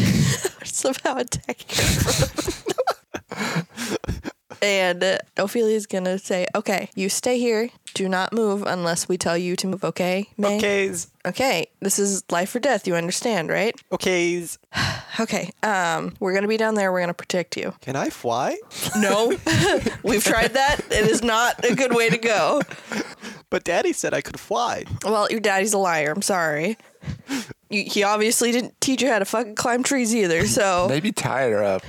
Speaker 5: are somehow attacking her. And uh, Ophelia's going to say, okay, you stay here. Do not move unless we tell you to move, okay? May?
Speaker 6: Okays.
Speaker 5: Okay. This is life or death. You understand, right?
Speaker 6: Okays.
Speaker 5: Okay. Um, we're gonna be down there. We're gonna protect you.
Speaker 6: Can I fly?
Speaker 5: No, we've tried that. It is not a good way to go.
Speaker 6: But Daddy said I could fly.
Speaker 5: Well, your daddy's a liar. I'm sorry. You, he obviously didn't teach you how to fucking climb trees either. So,
Speaker 2: Maybe tie her up.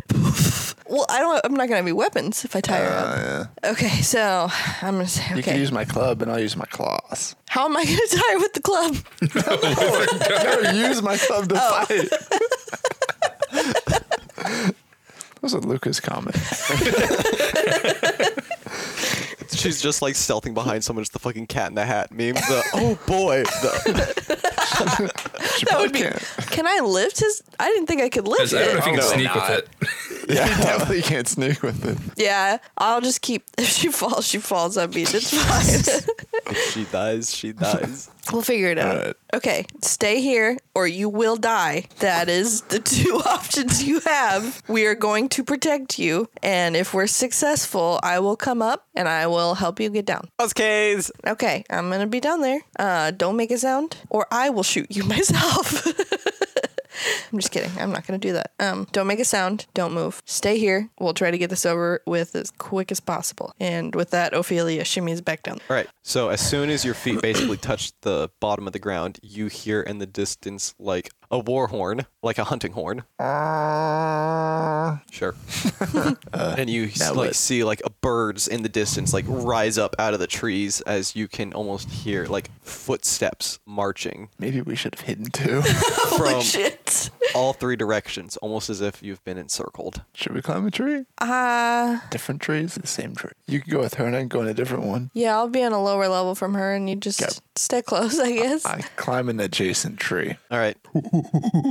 Speaker 5: well, I don't. I'm not gonna be weapons if I tie her up.
Speaker 2: Uh,
Speaker 5: Okay, so I'm gonna say,
Speaker 2: You can
Speaker 5: okay,
Speaker 2: use my club and I'll use my claws.
Speaker 5: how am I gonna tie her with the club?
Speaker 2: Never use my club to
Speaker 5: Oh.
Speaker 2: fight. that was a Lucas comment.
Speaker 6: She's just like stealthing behind someone. Just the fucking cat in the hat meme. The oh boy. The,
Speaker 2: She
Speaker 5: That
Speaker 2: probably
Speaker 5: would be.
Speaker 2: can't.
Speaker 5: Can I lift his? I didn't think I could
Speaker 7: I
Speaker 5: lift
Speaker 7: don't know
Speaker 5: it.
Speaker 7: if you can
Speaker 2: Probably
Speaker 7: sneak
Speaker 2: not.
Speaker 7: with it.
Speaker 2: Yeah, definitely can't sneak with it.
Speaker 5: Yeah, I'll just keep. If she falls, she falls on me. It's fine.
Speaker 6: if she dies, she dies.
Speaker 5: We'll figure it out.
Speaker 2: Alright.
Speaker 5: Okay, stay here or you will die. That is the two options you have. We are going to protect you, and if we're successful, I will come up and I will help you get down.
Speaker 6: Okays.
Speaker 5: Okay, I'm gonna be down there. Uh, don't make a sound, or I will shoot you myself. I'm just kidding. I'm not gonna do that. Um, don't make a sound. Don't move. Stay here. We'll try to get this over with as quick as possible. And with that, Ophelia shimmies back down.
Speaker 6: All right. So as soon as your feet basically touch the bottom of the ground, you hear in the distance like a war horn, like a hunting horn.
Speaker 2: Uh,
Speaker 6: Sure. and you s- like
Speaker 2: would-
Speaker 6: see like a birds in the distance like rise up out of the trees as you can almost hear like footsteps marching
Speaker 2: Maybe we should have hidden too.
Speaker 6: from
Speaker 5: Shit.
Speaker 6: all three directions, almost as if you've been encircled.
Speaker 2: Should we climb a tree?
Speaker 5: Uh,
Speaker 2: Different trees, the same tree. You can go with her and I can go in a different one.
Speaker 5: Yeah, I'll be on a lower level from her, and you just
Speaker 2: Okay.
Speaker 5: stay close, I guess.
Speaker 2: I climb an adjacent tree.
Speaker 6: All right. All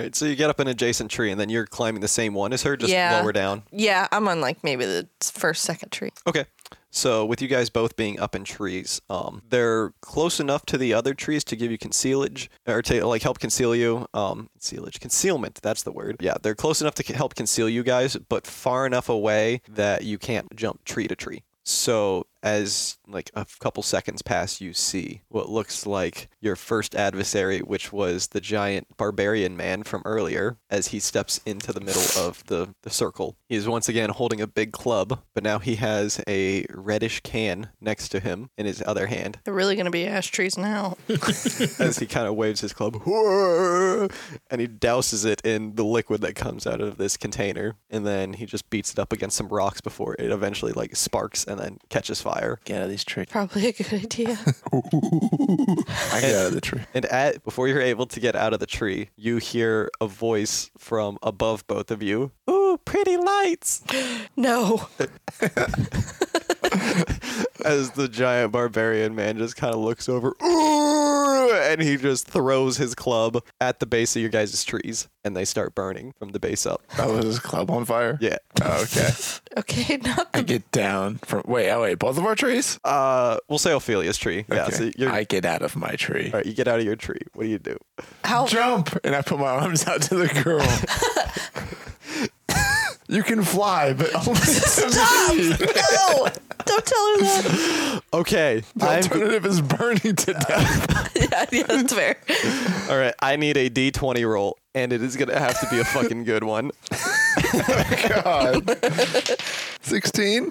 Speaker 6: right, so you get up an adjacent tree and then you're climbing the same one as her, just
Speaker 5: Yeah.
Speaker 6: lower down.
Speaker 5: yeah, I'm on like maybe the first, second tree.
Speaker 6: Okay. So with you guys both being up in trees, um, they're close enough to the other trees to give you concealage or to like help conceal you. Um, concealage, concealment. That's the word. Yeah, they're close enough to c- help conceal you guys, but far enough away that you can't jump tree to tree. So as like a couple seconds pass, you see what looks like your first adversary, which was the giant barbarian man from earlier, as he steps into the middle of the, the circle. He is once again holding a big club, but now he has a reddish can next to him in his other hand
Speaker 5: They're really gonna be ash trees now.
Speaker 6: as he kind of waves his club "Whoa," and he douses it in the liquid that comes out of this container and then he just beats it up against some rocks before it eventually like sparks and then catches fire
Speaker 2: Get out of these trees.
Speaker 5: Probably a good idea.
Speaker 2: I get out of the tree.
Speaker 6: And at, before you're able to get out of the tree, you hear a voice from above both of you. Ooh, pretty lights!
Speaker 5: no,
Speaker 6: as the giant barbarian man just kind of looks over, "Ooh," and he just throws his club at the base of your guys' trees, and they start burning from the base up.
Speaker 2: That was his Oh, club on fire. Oh,
Speaker 6: Yeah.
Speaker 2: okay.
Speaker 5: Okay, not
Speaker 2: I get down from. Wait, oh wait, both of our trees.
Speaker 6: Uh, we'll say Ophelia's tree. Yeah.
Speaker 2: Okay.
Speaker 6: So you're,
Speaker 2: I get out of my tree.
Speaker 6: all right, you get out of your tree. What do you do?
Speaker 5: how
Speaker 2: Jump, and I put my arms out to the girl. you can fly, but only to me.
Speaker 5: No, don't tell her that.
Speaker 6: Okay.
Speaker 2: The
Speaker 6: I'm-
Speaker 2: alternative is burning to death.
Speaker 5: yeah, yeah, that's fair.
Speaker 6: all right. I need a D20 roll, and it is gonna have to be a fucking good one.
Speaker 2: God. Sixteen.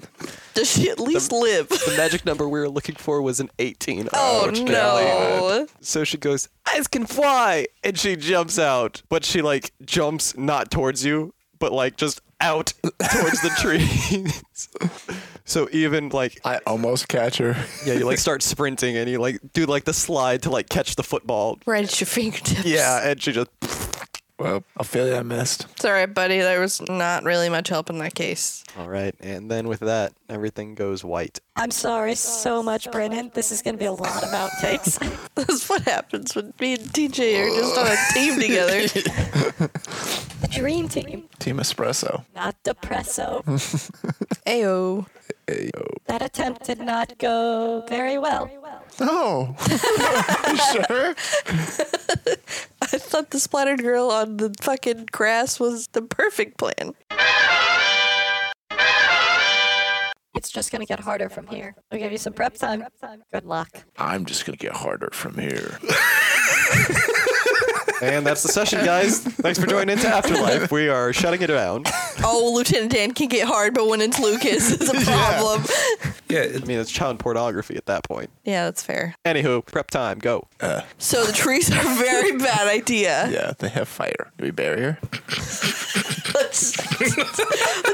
Speaker 5: Does she at least live?
Speaker 6: The magic number we were looking for was an 18.
Speaker 5: Oh, no.
Speaker 6: So she goes, "Eyes can fly," and she jumps out, but she like jumps not towards you, but like just out towards the trees. so even like
Speaker 2: I almost catch her.
Speaker 6: yeah, you like start sprinting and you like do like the slide to like catch the football.
Speaker 5: Right at your fingertips.
Speaker 6: Yeah, and she just
Speaker 2: Well, I feel that I missed.
Speaker 5: Sorry, buddy. There was not really much help in that case.
Speaker 6: all right, and then with that, everything goes white.
Speaker 12: I'm sorry so much, Brennan. This is going to be a lot of outtakes.
Speaker 5: That's what happens when me and TJ are just on a team together.
Speaker 12: Dream team,
Speaker 2: Team espresso.
Speaker 12: not depresso.
Speaker 5: Ayo.
Speaker 12: That attempt did not go very well.
Speaker 2: No. You sure.
Speaker 5: I thought the splattered girl on the fucking grass was the perfect plan.
Speaker 12: It's just going to get harder from here. We'll give you some prep time. Good luck.
Speaker 2: I'm just gonna get harder from here.
Speaker 6: And that's the session, guys. Thanks for joining into Afterlife. We are shutting it down.
Speaker 5: Oh, Lieutenant Dan can get hard, but when it's Lucas, it's a problem.
Speaker 7: Yeah,
Speaker 5: Yeah,
Speaker 6: I
Speaker 7: it-
Speaker 6: mean, it's child pornography at that point.
Speaker 5: that's fair.
Speaker 6: Anywho, prep time. Go.
Speaker 5: So the trees are a very bad idea.
Speaker 2: Yeah, they have fire. Do we bury her?
Speaker 5: Let's, let's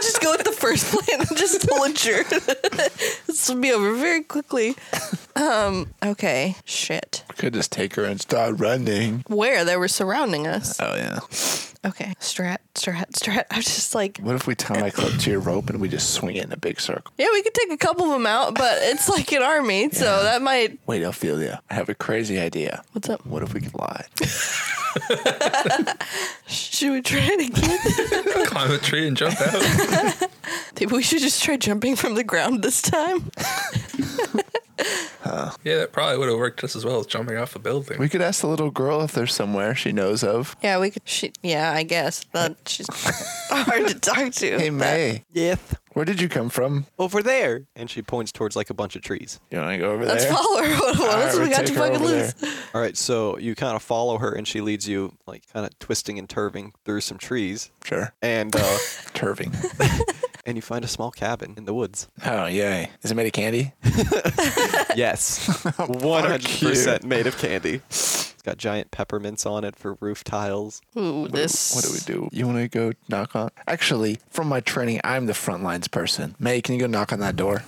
Speaker 5: just go with the first plan and just plunger. this will be over very quickly. Um. Okay. Shit.
Speaker 2: We could just take her and start running.
Speaker 5: Where they were surrounding us.
Speaker 2: Oh yeah.
Speaker 5: Okay. Strat. Strat. Strat. I'm just like.
Speaker 2: What if we tie my club to your rope and we just swing it in a big circle?
Speaker 5: Yeah, we could take a couple of them out, but it's like an army, so that might.
Speaker 2: Wait, Ophelia, I have a crazy idea.
Speaker 5: What's up?
Speaker 2: What if we could lie?
Speaker 5: Should we try it again?
Speaker 7: climb a tree and jump out.
Speaker 5: Maybe we should just try jumping from the ground this time.
Speaker 7: Yeah, that probably would have worked just as well as jumping off a building.
Speaker 2: We could ask the little girl if there's somewhere she knows of.
Speaker 5: Yeah, we could. She, yeah, I guess, but she's hard to talk to.
Speaker 2: Hey, May,
Speaker 6: Yes.
Speaker 2: where did you come from?
Speaker 6: Over there. And she points towards like a bunch of trees.
Speaker 2: You want to go over
Speaker 5: Let's
Speaker 2: there?
Speaker 5: follow her. What
Speaker 2: All right,
Speaker 5: else we
Speaker 2: we
Speaker 5: got to
Speaker 2: take her
Speaker 5: fucking
Speaker 2: over
Speaker 5: lose?
Speaker 6: All right, so you kind of follow her and she leads you like kind of twisting and turving through some trees.
Speaker 2: Sure.
Speaker 6: And uh,
Speaker 2: Turving.
Speaker 6: and you find a small cabin in the woods.
Speaker 2: oh, yay. Is it made of candy?
Speaker 6: Yes. 100% made of candy. It's got giant peppermints on it for roof tiles.
Speaker 5: Ooh, this.
Speaker 2: What do we do? You want to go knock on? Actually, from my training, I'm the front lines person. May, can you go knock on that door?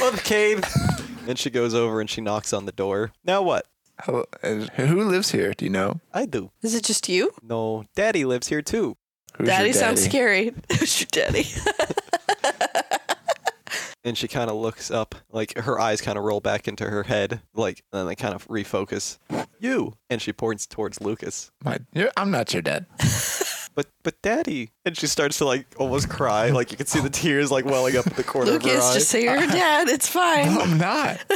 Speaker 6: Love cave. and she goes over and she knocks on the door. Now what?
Speaker 2: Hello, and uh, who lives here? Do you know?
Speaker 6: I do.
Speaker 5: Is it just you?
Speaker 6: No, daddy lives here too.
Speaker 2: Who's your
Speaker 5: daddy, sounds scary. Who's your daddy?
Speaker 6: and she kind of looks up like her eyes kind of roll back into her head like and then they kind of refocus you and she points towards lucas
Speaker 2: My, you're, I'm not your dad.
Speaker 6: but but daddy and she starts to like almost cry like you can see the tears like welling up at the corner of her
Speaker 5: Lucas,
Speaker 6: eye
Speaker 5: just say you're her dad. It's fine.
Speaker 2: I'm not.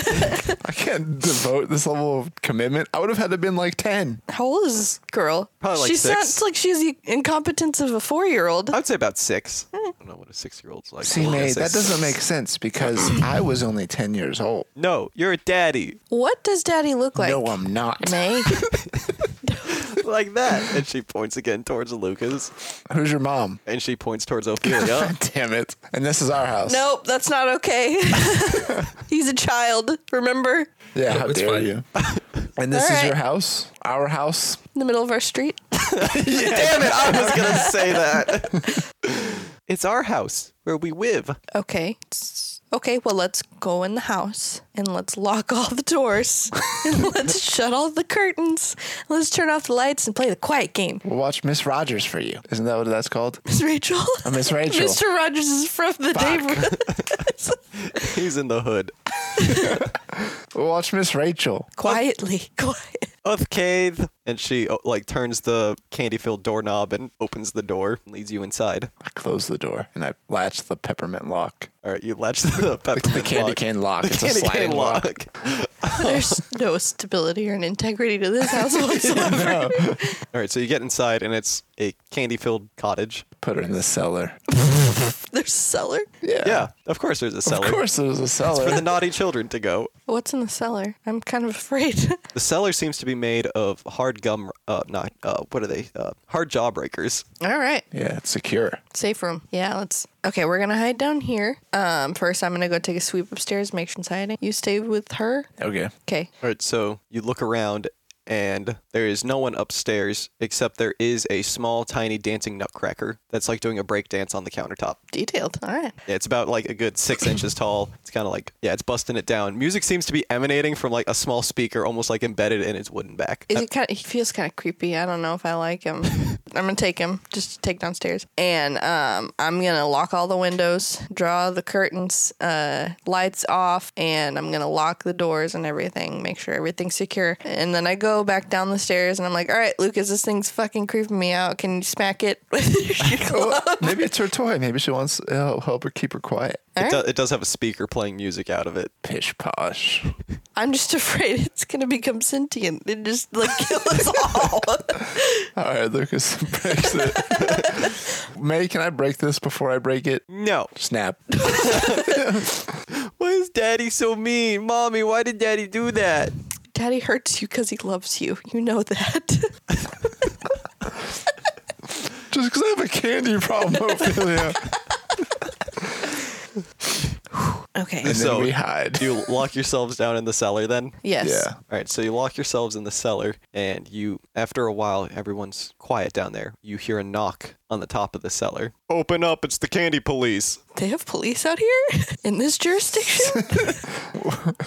Speaker 2: I can't devote this level of commitment. I would have had to been like 10.
Speaker 5: How old is this girl?
Speaker 6: Probably like
Speaker 5: she
Speaker 6: six.
Speaker 5: sounds like she's the incompetence of a four-year-old.
Speaker 6: i would say about six
Speaker 5: Eh.
Speaker 6: i don't know what a six-year-old's like
Speaker 2: See,
Speaker 6: Well, I
Speaker 2: May,
Speaker 6: guess
Speaker 2: that
Speaker 6: that's-
Speaker 2: doesn't make sense because I was only 10 years old.
Speaker 6: no you're a daddy
Speaker 5: What does daddy look like?
Speaker 2: no, I'm not.
Speaker 5: May.
Speaker 6: like that and she points again towards lucas
Speaker 2: Who's your mom?
Speaker 6: and she points towards ophelia
Speaker 2: Damn it. And this is our house.
Speaker 5: nope, that's not okay. He's a child. Remember, in
Speaker 2: Yeah, how
Speaker 7: It's
Speaker 2: dare
Speaker 7: fine.
Speaker 2: you? And this
Speaker 5: All
Speaker 2: is
Speaker 5: right.
Speaker 2: your house? Our house?
Speaker 5: the middle of our street.
Speaker 6: damn it i was gonna say that it's our house where we live
Speaker 5: Okay, s- okay, well, let's go in the house and let's lock all the doors and let's shut all the curtains. Let's turn off the lights and play the quiet game.
Speaker 2: We'll watch Miss Rogers for you. Isn't that what that's called?
Speaker 5: Miss Rachel.
Speaker 2: Uh, Miss Rachel.
Speaker 5: Mr. Rogers is from the neighborhood.
Speaker 6: He's in the hood.
Speaker 2: We'll watch Miss Rachel.
Speaker 5: Quietly, quiet.
Speaker 6: Uthcathe. And she oh, like turns the candy-filled doorknob and opens the door, leads you inside.
Speaker 2: I close the door and I latch the peppermint lock.
Speaker 6: All right, you latch the peppermint
Speaker 2: the candy
Speaker 6: lock.
Speaker 2: cane lock.
Speaker 6: The
Speaker 2: It's a
Speaker 6: candy cane
Speaker 2: sliding lock.
Speaker 5: There's no stability or an integrity to this house whatsoever.
Speaker 6: All right, so you get inside and it's a candy-filled cottage.
Speaker 2: Put her in the cellar.
Speaker 5: There's a cellar.
Speaker 2: Yeah.
Speaker 6: Yeah, of course there's a cellar.
Speaker 2: Of course, there's a
Speaker 6: It's for
Speaker 2: cellar.
Speaker 6: the naughty children to go.
Speaker 5: What's in the cellar? I'm kind of afraid.
Speaker 6: The cellar seems to be made of hard gum, uh, not, uh, what are they? Uh, hard jawbreakers.
Speaker 5: all right.
Speaker 2: yeah, it's secure.
Speaker 5: Safe room. Yeah, let's. Okay, we're gonna hide down here. Um, first I'm gonna go take a sweep upstairs, make sure she's hiding. You stay with her.
Speaker 2: Okay.
Speaker 5: Okay.
Speaker 6: All right, so you look around and there is no one upstairs except there is a small, tiny dancing nutcracker that's like doing a break dance on the countertop.
Speaker 5: Detailed. All right.
Speaker 6: Yeah, it's about like a good six inches tall. It's kind of like, yeah, it's busting it down. Music seems to be emanating from like a small speaker, almost like embedded in its wooden back.
Speaker 5: Is it kind of? He feels kind of creepy. I don't know if I like him. I'm gonna take him. Just take downstairs, and um, I'm gonna lock all the windows, draw the curtains, uh, lights off, and I'm gonna lock the doors and everything. Make sure everything's secure, and then I go back down the stairs, and I'm like, all right, Lucas, this thing's fucking creeping me out. Can you smack it?
Speaker 2: Maybe it's her toy. Maybe she wants uh, help her keep her quiet.
Speaker 6: It, do- it does have a speaker playing music out of it.
Speaker 2: Pish posh.
Speaker 5: I'm just afraid it's gonna become sentient and just like kill us all.
Speaker 2: All right, Lucas breaks it. May, can I break this before I break it?
Speaker 6: No.
Speaker 2: Snap.
Speaker 6: Why is daddy so mean? Mommy, why did daddy do that?
Speaker 5: Daddy hurts you because he loves you. You know that.
Speaker 2: Just because I have a candy problem, Ophelia.
Speaker 5: okay.
Speaker 2: And then we hide.
Speaker 6: you lock yourselves down in the cellar then?
Speaker 5: Yes.
Speaker 2: Yeah.
Speaker 6: All right, so you lock yourselves in the cellar, and you, after a while, everyone's quiet down there. You hear a knock on the top of the cellar. Open up, it's the candy police.
Speaker 5: They have police out here in this jurisdiction?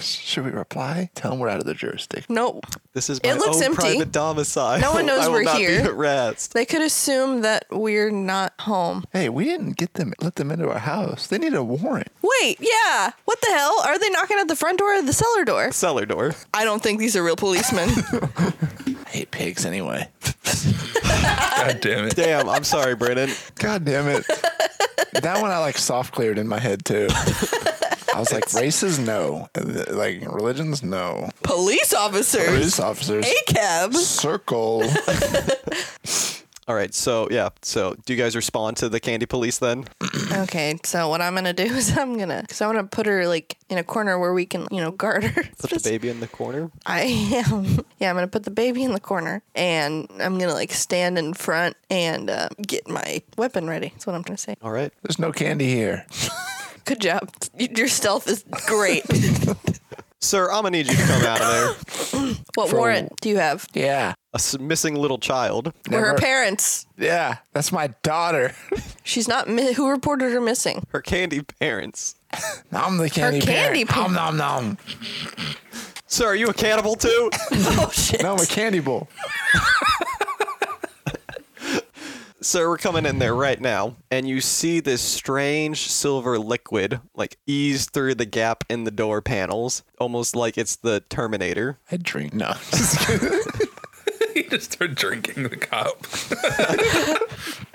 Speaker 2: Should we reply? Tell them we're out of the jurisdiction.
Speaker 5: no.
Speaker 6: This is my
Speaker 5: It looks
Speaker 6: own
Speaker 5: empty.
Speaker 6: private domicile.
Speaker 5: No one knows
Speaker 6: I will
Speaker 5: we're
Speaker 6: not
Speaker 5: here.
Speaker 6: Be at rest.
Speaker 5: They could assume that we're not home.
Speaker 2: Hey, we didn't get them, let them into our house. They need a warrant.
Speaker 5: Wait, yeah. What the hell? Are they knocking at the front door or the cellar door?
Speaker 6: Cellar door.
Speaker 5: I don't think these are real policemen.
Speaker 2: I hate pigs anyway.
Speaker 7: God damn it.
Speaker 6: Damn, I'm sorry, Brennan.
Speaker 2: God damn it. that one I like soft cleared in my head too. I was like, races, no. And th- Like, religions, no.
Speaker 5: Police officers.
Speaker 2: Police officers,
Speaker 5: ACAB.
Speaker 2: circle.
Speaker 6: All right, so yeah, so do you guys respond to the candy police then?
Speaker 5: Okay, so what I'm gonna do is I'm gonna, cause I'm gonna put her like in a corner where we can, you know, guard her.
Speaker 6: Put the baby in the corner.
Speaker 5: I am. Yeah, I'm gonna put the baby in the corner, and I'm gonna like stand in front and uh, get my weapon ready. That's what I'm trying to say.
Speaker 6: All right.
Speaker 2: There's no candy here.
Speaker 5: Good job. Y- Your stealth is great.
Speaker 6: Sir, I'm gonna need you to come out of there.
Speaker 5: what
Speaker 2: For-
Speaker 5: warrant do you have?
Speaker 2: Yeah.
Speaker 6: A s- missing little child.
Speaker 5: We're her
Speaker 2: Never-
Speaker 5: parents.
Speaker 2: Yeah. That's my daughter.
Speaker 5: She's not. Mi- who reported her missing?
Speaker 6: Her candy parents.
Speaker 2: I'm the candy
Speaker 5: candy
Speaker 2: parent. Nom, nom, nom.
Speaker 6: Sir, are you a cannibal too?
Speaker 5: Oh shit.
Speaker 2: No, I'm a candy bowl.
Speaker 6: Sir, we're coming in there right now, and you see this strange silver liquid like ease through the gap in the door panels, almost like it's the Terminator.
Speaker 2: I drink. No.
Speaker 7: You just start drinking the cup.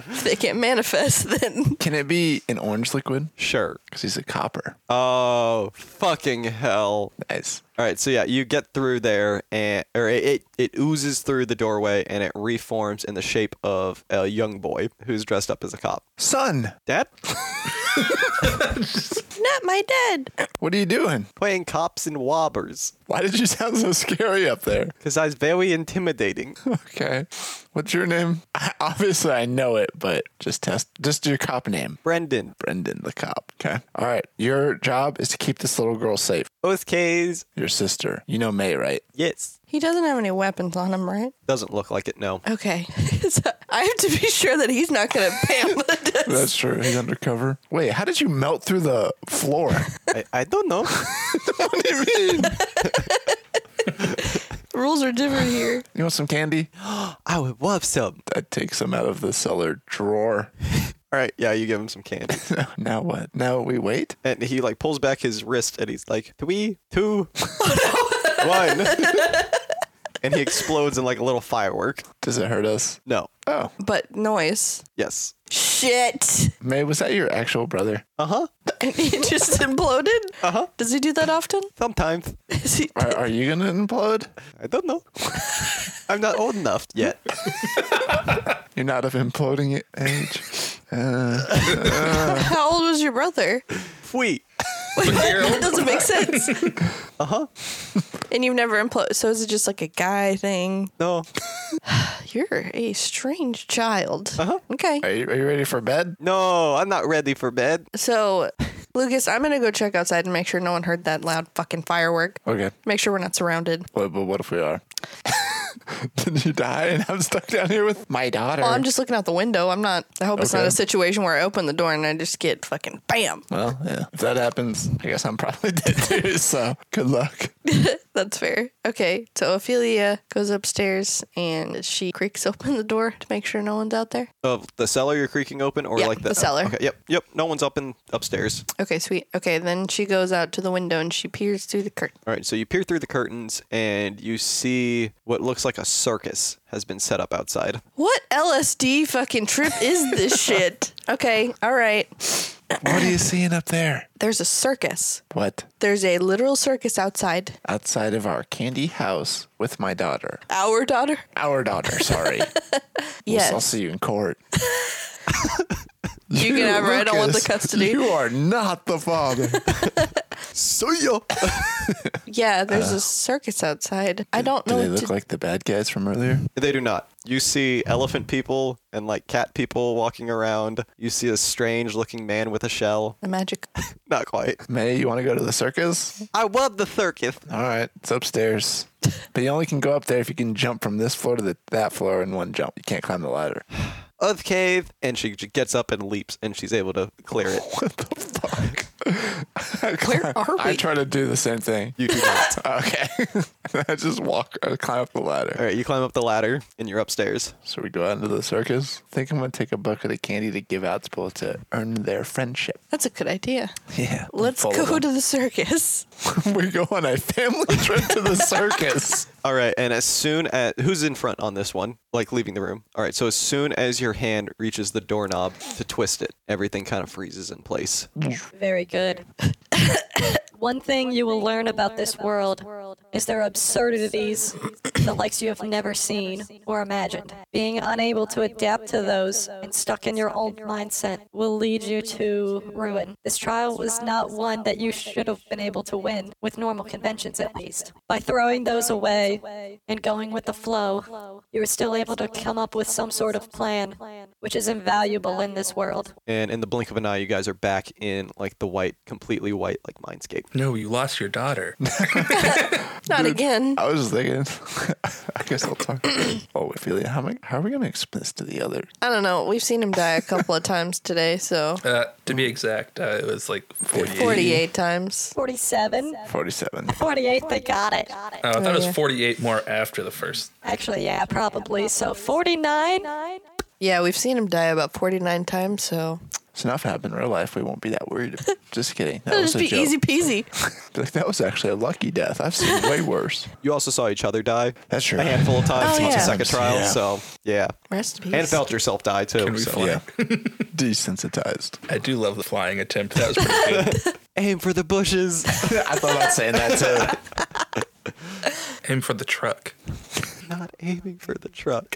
Speaker 5: If they can't manifest, then
Speaker 2: Can it be an orange liquid?
Speaker 6: Sure.
Speaker 2: Because he's a copper.
Speaker 6: Oh, fucking hell.
Speaker 2: Nice.
Speaker 6: All right, so yeah, you get through there, and or it, it, it oozes through the doorway, and it reforms in the shape of a young boy who's dressed up as a cop.
Speaker 2: Son,
Speaker 6: Dad,
Speaker 5: not my dad.
Speaker 2: what are you doing?
Speaker 6: playing cops and wobbers,
Speaker 2: Why did you sound so scary up there?
Speaker 6: because I was very intimidating.
Speaker 2: Okay. What's your name? I, obviously, I know it, but just test. Just your cop name.
Speaker 6: Brendan,
Speaker 2: Brendan the cop. Okay. All right. Your job is to keep this little girl safe.
Speaker 6: both K's,
Speaker 2: Your sister. You know May, right?
Speaker 6: yes.
Speaker 5: He doesn't have any weapons on him, right?
Speaker 6: Doesn't look like it, no.
Speaker 5: Okay. So I have to be sure that he's not going to pamphlet us.
Speaker 2: That's true. He's undercover. Wait, how did you melt through the floor?
Speaker 6: I, I don't know.
Speaker 2: what do you mean?
Speaker 5: Rules are different here.
Speaker 2: You want some candy?
Speaker 6: I would love some.
Speaker 2: That takes him out of the cellar drawer.
Speaker 6: All right, yeah, you give him some candy.
Speaker 2: now what? Now we wait?
Speaker 6: And he like pulls back his wrist and he's like, three, two, one. and he explodes in like a little firework.
Speaker 2: Does it hurt us?
Speaker 6: No.
Speaker 2: Oh,
Speaker 5: But noise.
Speaker 6: Yes.
Speaker 5: Shit.
Speaker 2: May, was that your actual brother?
Speaker 6: Uh-huh.
Speaker 5: And he just imploded?
Speaker 6: Uh-huh.
Speaker 5: Does he do that often?
Speaker 6: Sometimes.
Speaker 5: Is he,
Speaker 2: Are, are you going to implode?
Speaker 6: I don't know. I'm not old enough yet.
Speaker 2: You're not of imploding age. Uh,
Speaker 5: how old was your brother?
Speaker 6: Fui.
Speaker 5: that doesn't make sense.
Speaker 6: Uh-huh.
Speaker 5: And you've never imploded. So is it just like a guy thing?
Speaker 6: No.
Speaker 5: You're a strange child.
Speaker 6: Uh-huh.
Speaker 5: Okay.
Speaker 2: are, you, are you ready for bed?
Speaker 6: No, I'm not ready for bed.
Speaker 5: So, Lucas, I'm going to go check outside and make sure no one heard that loud fucking firework.
Speaker 2: Okay.
Speaker 5: Make sure we're not surrounded.
Speaker 2: What, but what if we are? Did you die and I'm stuck down here with my daughter?
Speaker 5: Well, I'm just looking out the window. I'm not. I hope it's not
Speaker 2: Okay.
Speaker 5: a situation where I open the door and I just get fucking bam.
Speaker 2: Well, yeah. If that happens, I guess I'm probably dead too. So good luck.
Speaker 5: That's fair. Okay, so Ophelia goes upstairs and she creaks open the door to make sure no one's out there.
Speaker 6: Of the cellar you're creaking open or
Speaker 5: Yeah,
Speaker 6: like
Speaker 5: the cellar.
Speaker 6: Okay, yep, yep. No one's up in upstairs.
Speaker 5: Okay, sweet. Okay, then she goes out to the window and she peers through the curtain.
Speaker 6: All right, so you peer through the curtains and you see what looks like a circus has been set up outside.
Speaker 5: What LSD fucking trip is this shit? Okay, all right.
Speaker 2: What are you seeing up there?
Speaker 5: There's a circus.
Speaker 2: What?
Speaker 5: There's a literal circus outside.
Speaker 2: Outside of our candy house with my daughter.
Speaker 5: Our daughter?
Speaker 2: Our daughter, sorry.
Speaker 5: Yes.
Speaker 2: I'll see you in court.
Speaker 5: You can have her. I don't want the
Speaker 2: Lucas,
Speaker 5: custody.
Speaker 2: You are not the father.
Speaker 6: See ya.
Speaker 5: Yeah, there's a circus outside. I don't
Speaker 2: Uh, Do
Speaker 5: know.
Speaker 2: they
Speaker 5: what
Speaker 2: look
Speaker 5: to-
Speaker 2: like the bad guys from earlier?
Speaker 6: They do not. You see elephant people and like cat people walking around. You see a strange looking man with a shell.
Speaker 5: the magic.
Speaker 6: Not quite.
Speaker 2: May, you want to go to the circus?
Speaker 6: I love the circus.
Speaker 2: All right, it's upstairs. But you only can go up there if you can jump from this floor to the, that floor in one jump. You can't climb the ladder.
Speaker 6: Earth cave. And she j- gets up and leaps and she's able to clear it.
Speaker 2: What the fuck?
Speaker 5: Where are we?
Speaker 2: I try to do the same thing.
Speaker 6: You do not.
Speaker 2: Okay. I just walk, I climb up the ladder.
Speaker 6: All right, you climb up the ladder and you're upstairs.
Speaker 2: So we go out into the circus. I think I'm going to take a bucket of candy to give out to people to earn their friendship.
Speaker 5: That's a good idea.
Speaker 2: Yeah.
Speaker 5: Let's go to the circus.
Speaker 2: we go on a family trip to the circus.
Speaker 6: All right, and as soon as who's in front on this one, like leaving the room. All right, so as soon as your hand reaches the doorknob to twist it, everything kind of freezes in place.
Speaker 12: Very good. One thing you will learn about this world is there are absurdities the likes you have never seen or imagined. Being unable to adapt to those and stuck in your old mindset will lead you to ruin. This trial was not one that you should have been able to win, with normal conventions at least. By throwing those away and going with the flow, you were still able to come up with some sort of plan, which is invaluable in this world.
Speaker 6: And in the blink of an eye, you guys are back in like the white, completely white, like mindscape.
Speaker 7: No, you lost your daughter.
Speaker 5: Not again.
Speaker 2: I was just thinking, I guess I'll talk. oh, Ophelia, how, am I, how are we going to explain this to the other?
Speaker 5: I don't know. We've seen him die a couple of times today, so
Speaker 7: Uh, to be exact, uh, it was like 48.
Speaker 5: 48 times.
Speaker 12: 47?
Speaker 2: 47.
Speaker 12: 48, they got it.
Speaker 7: Oh, Uh, I thought it was 48 more after the first.
Speaker 12: Actually, yeah, probably. So 49?
Speaker 5: Yeah, we've seen him die about 49 times, so
Speaker 2: So now if it happened in real life, we won't be that worried. Just kidding. That
Speaker 5: it'll
Speaker 2: was
Speaker 5: just
Speaker 2: a
Speaker 5: be
Speaker 2: joke.
Speaker 5: easy peasy.
Speaker 2: Be like, that was actually a lucky death. I've seen way worse.
Speaker 6: You also saw each other die
Speaker 2: That's true.
Speaker 6: a handful of times
Speaker 5: Oh,
Speaker 6: on
Speaker 5: yeah.
Speaker 6: the second trial,
Speaker 2: Yeah.
Speaker 6: so yeah.
Speaker 5: Rest in
Speaker 6: And
Speaker 5: peace.
Speaker 6: felt yourself die too.
Speaker 7: Can we
Speaker 6: so-
Speaker 7: fly?
Speaker 2: Yeah. Desensitized.
Speaker 7: I do love the flying attempt. That was pretty good.
Speaker 6: Aim for the bushes.
Speaker 2: I thought about saying that too.
Speaker 7: Aim for the truck.
Speaker 6: not aiming for the truck.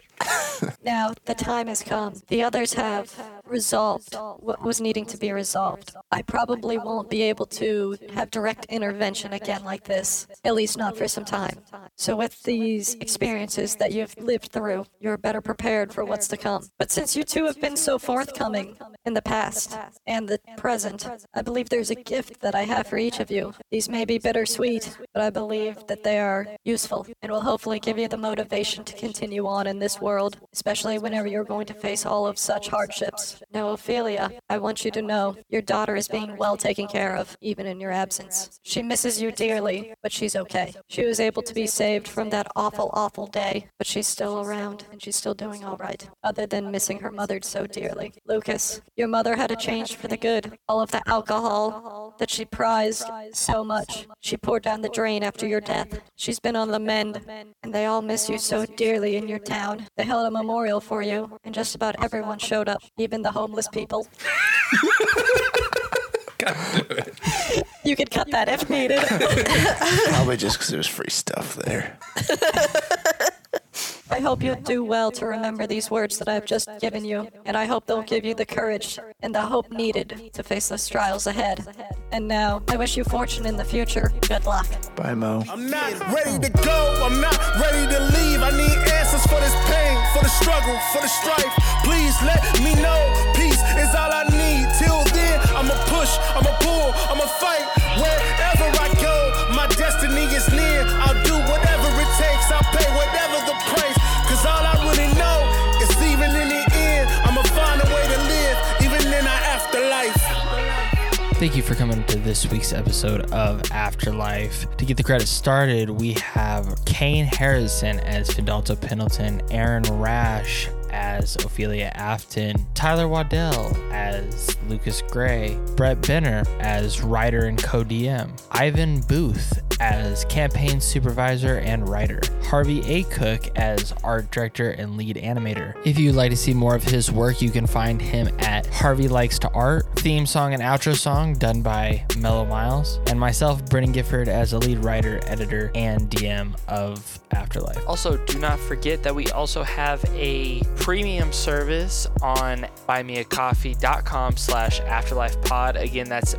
Speaker 12: Now the time has come. The others have resolved what was needing to be resolved. I probably won't be able to have direct intervention again like this, at least not for some time. So, with these experiences that you've lived through, you're better prepared for what's to come. But since you two have been so forthcoming in the past and the present, I believe there's a gift that I have for each of you. These may be bittersweet, but I believe that they are useful and will hopefully give you the motivation to continue on in this world, especially whenever you're going to face all of such hardships. Now, Ophelia, I want you to know your daughter is being well taken care of, even in your absence. She misses you dearly, but she's okay. She was able to be saved from that awful, awful day, but she's still around and she's still doing all right, other than missing her mother so dearly. Lucas, your mother had a change for the good. All of the alcohol that she prized so much, she poured down the drain after your death. She's been on the mend, and they all miss you so dearly in your town. They held a memorial for you, and just about everyone showed up, even the homeless people. You could cut that if needed.
Speaker 2: Probably just because there was free stuff there.
Speaker 12: I hope you do well to remember these words that I've just given you, and I hope they'll give you the courage and the hope needed to face those trials ahead. And now, I wish you fortune in the future. Good luck.
Speaker 2: Bye, Mo.
Speaker 13: I'm not ready to go. I'm not ready to leave. I need answers for this pain, for the struggle, for the strife. Please let me know. Peace is all I need. Till then, I'ma push, I'ma pull, I'ma fight. Wherever I go, my destiny is near. I'll do whatever it takes. I'll pay whatever the price. Cause all I really know is even in the end, I'ma find a way to live, even in our afterlife.
Speaker 1: Thank you for coming to this week's episode of Afterlife. To get the credit started, we have Kane Harrison as Fidalto Pendleton, Aaron Rash as Ophelia Afton, Tyler Waddell as Lucas Gray, Brett Benner as writer and co DM, Ivan Booth as campaign supervisor and writer, Harvey A. Cook as art director and lead animator. If you'd like to see more of his work, you can find him at Harvey Likes to Art, theme song and outro song done by Mellow Miles, and myself, Brennan Gifford, as a lead writer, editor, and DM of Afterlife.
Speaker 14: Also, do not forget that we also have a premium service on buymeacoffee.com slash afterlifepod. Again, that's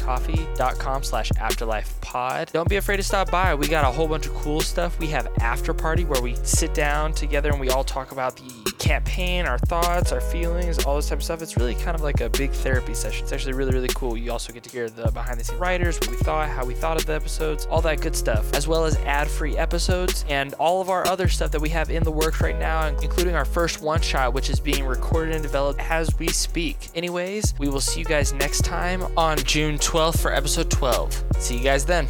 Speaker 14: buymeacoffee.com slash afterlifepod. Don't be afraid to stop by. We got a whole bunch of cool stuff. We have after party where we sit down together and we all talk about the campaign, our thoughts, our feelings, all this type of stuff. It's really kind of like a big therapy session. It's actually really, really cool. You also get to hear the behind the scenes writers, what we thought, how we thought of the episodes, all that good stuff, as well as ad free episodes and all of our other stuff that we have in the works right now, including our first one shot, which is being recorded and developed as we speak. Anyways, we will see you guys next time on June 12th for episode 12. See you guys then.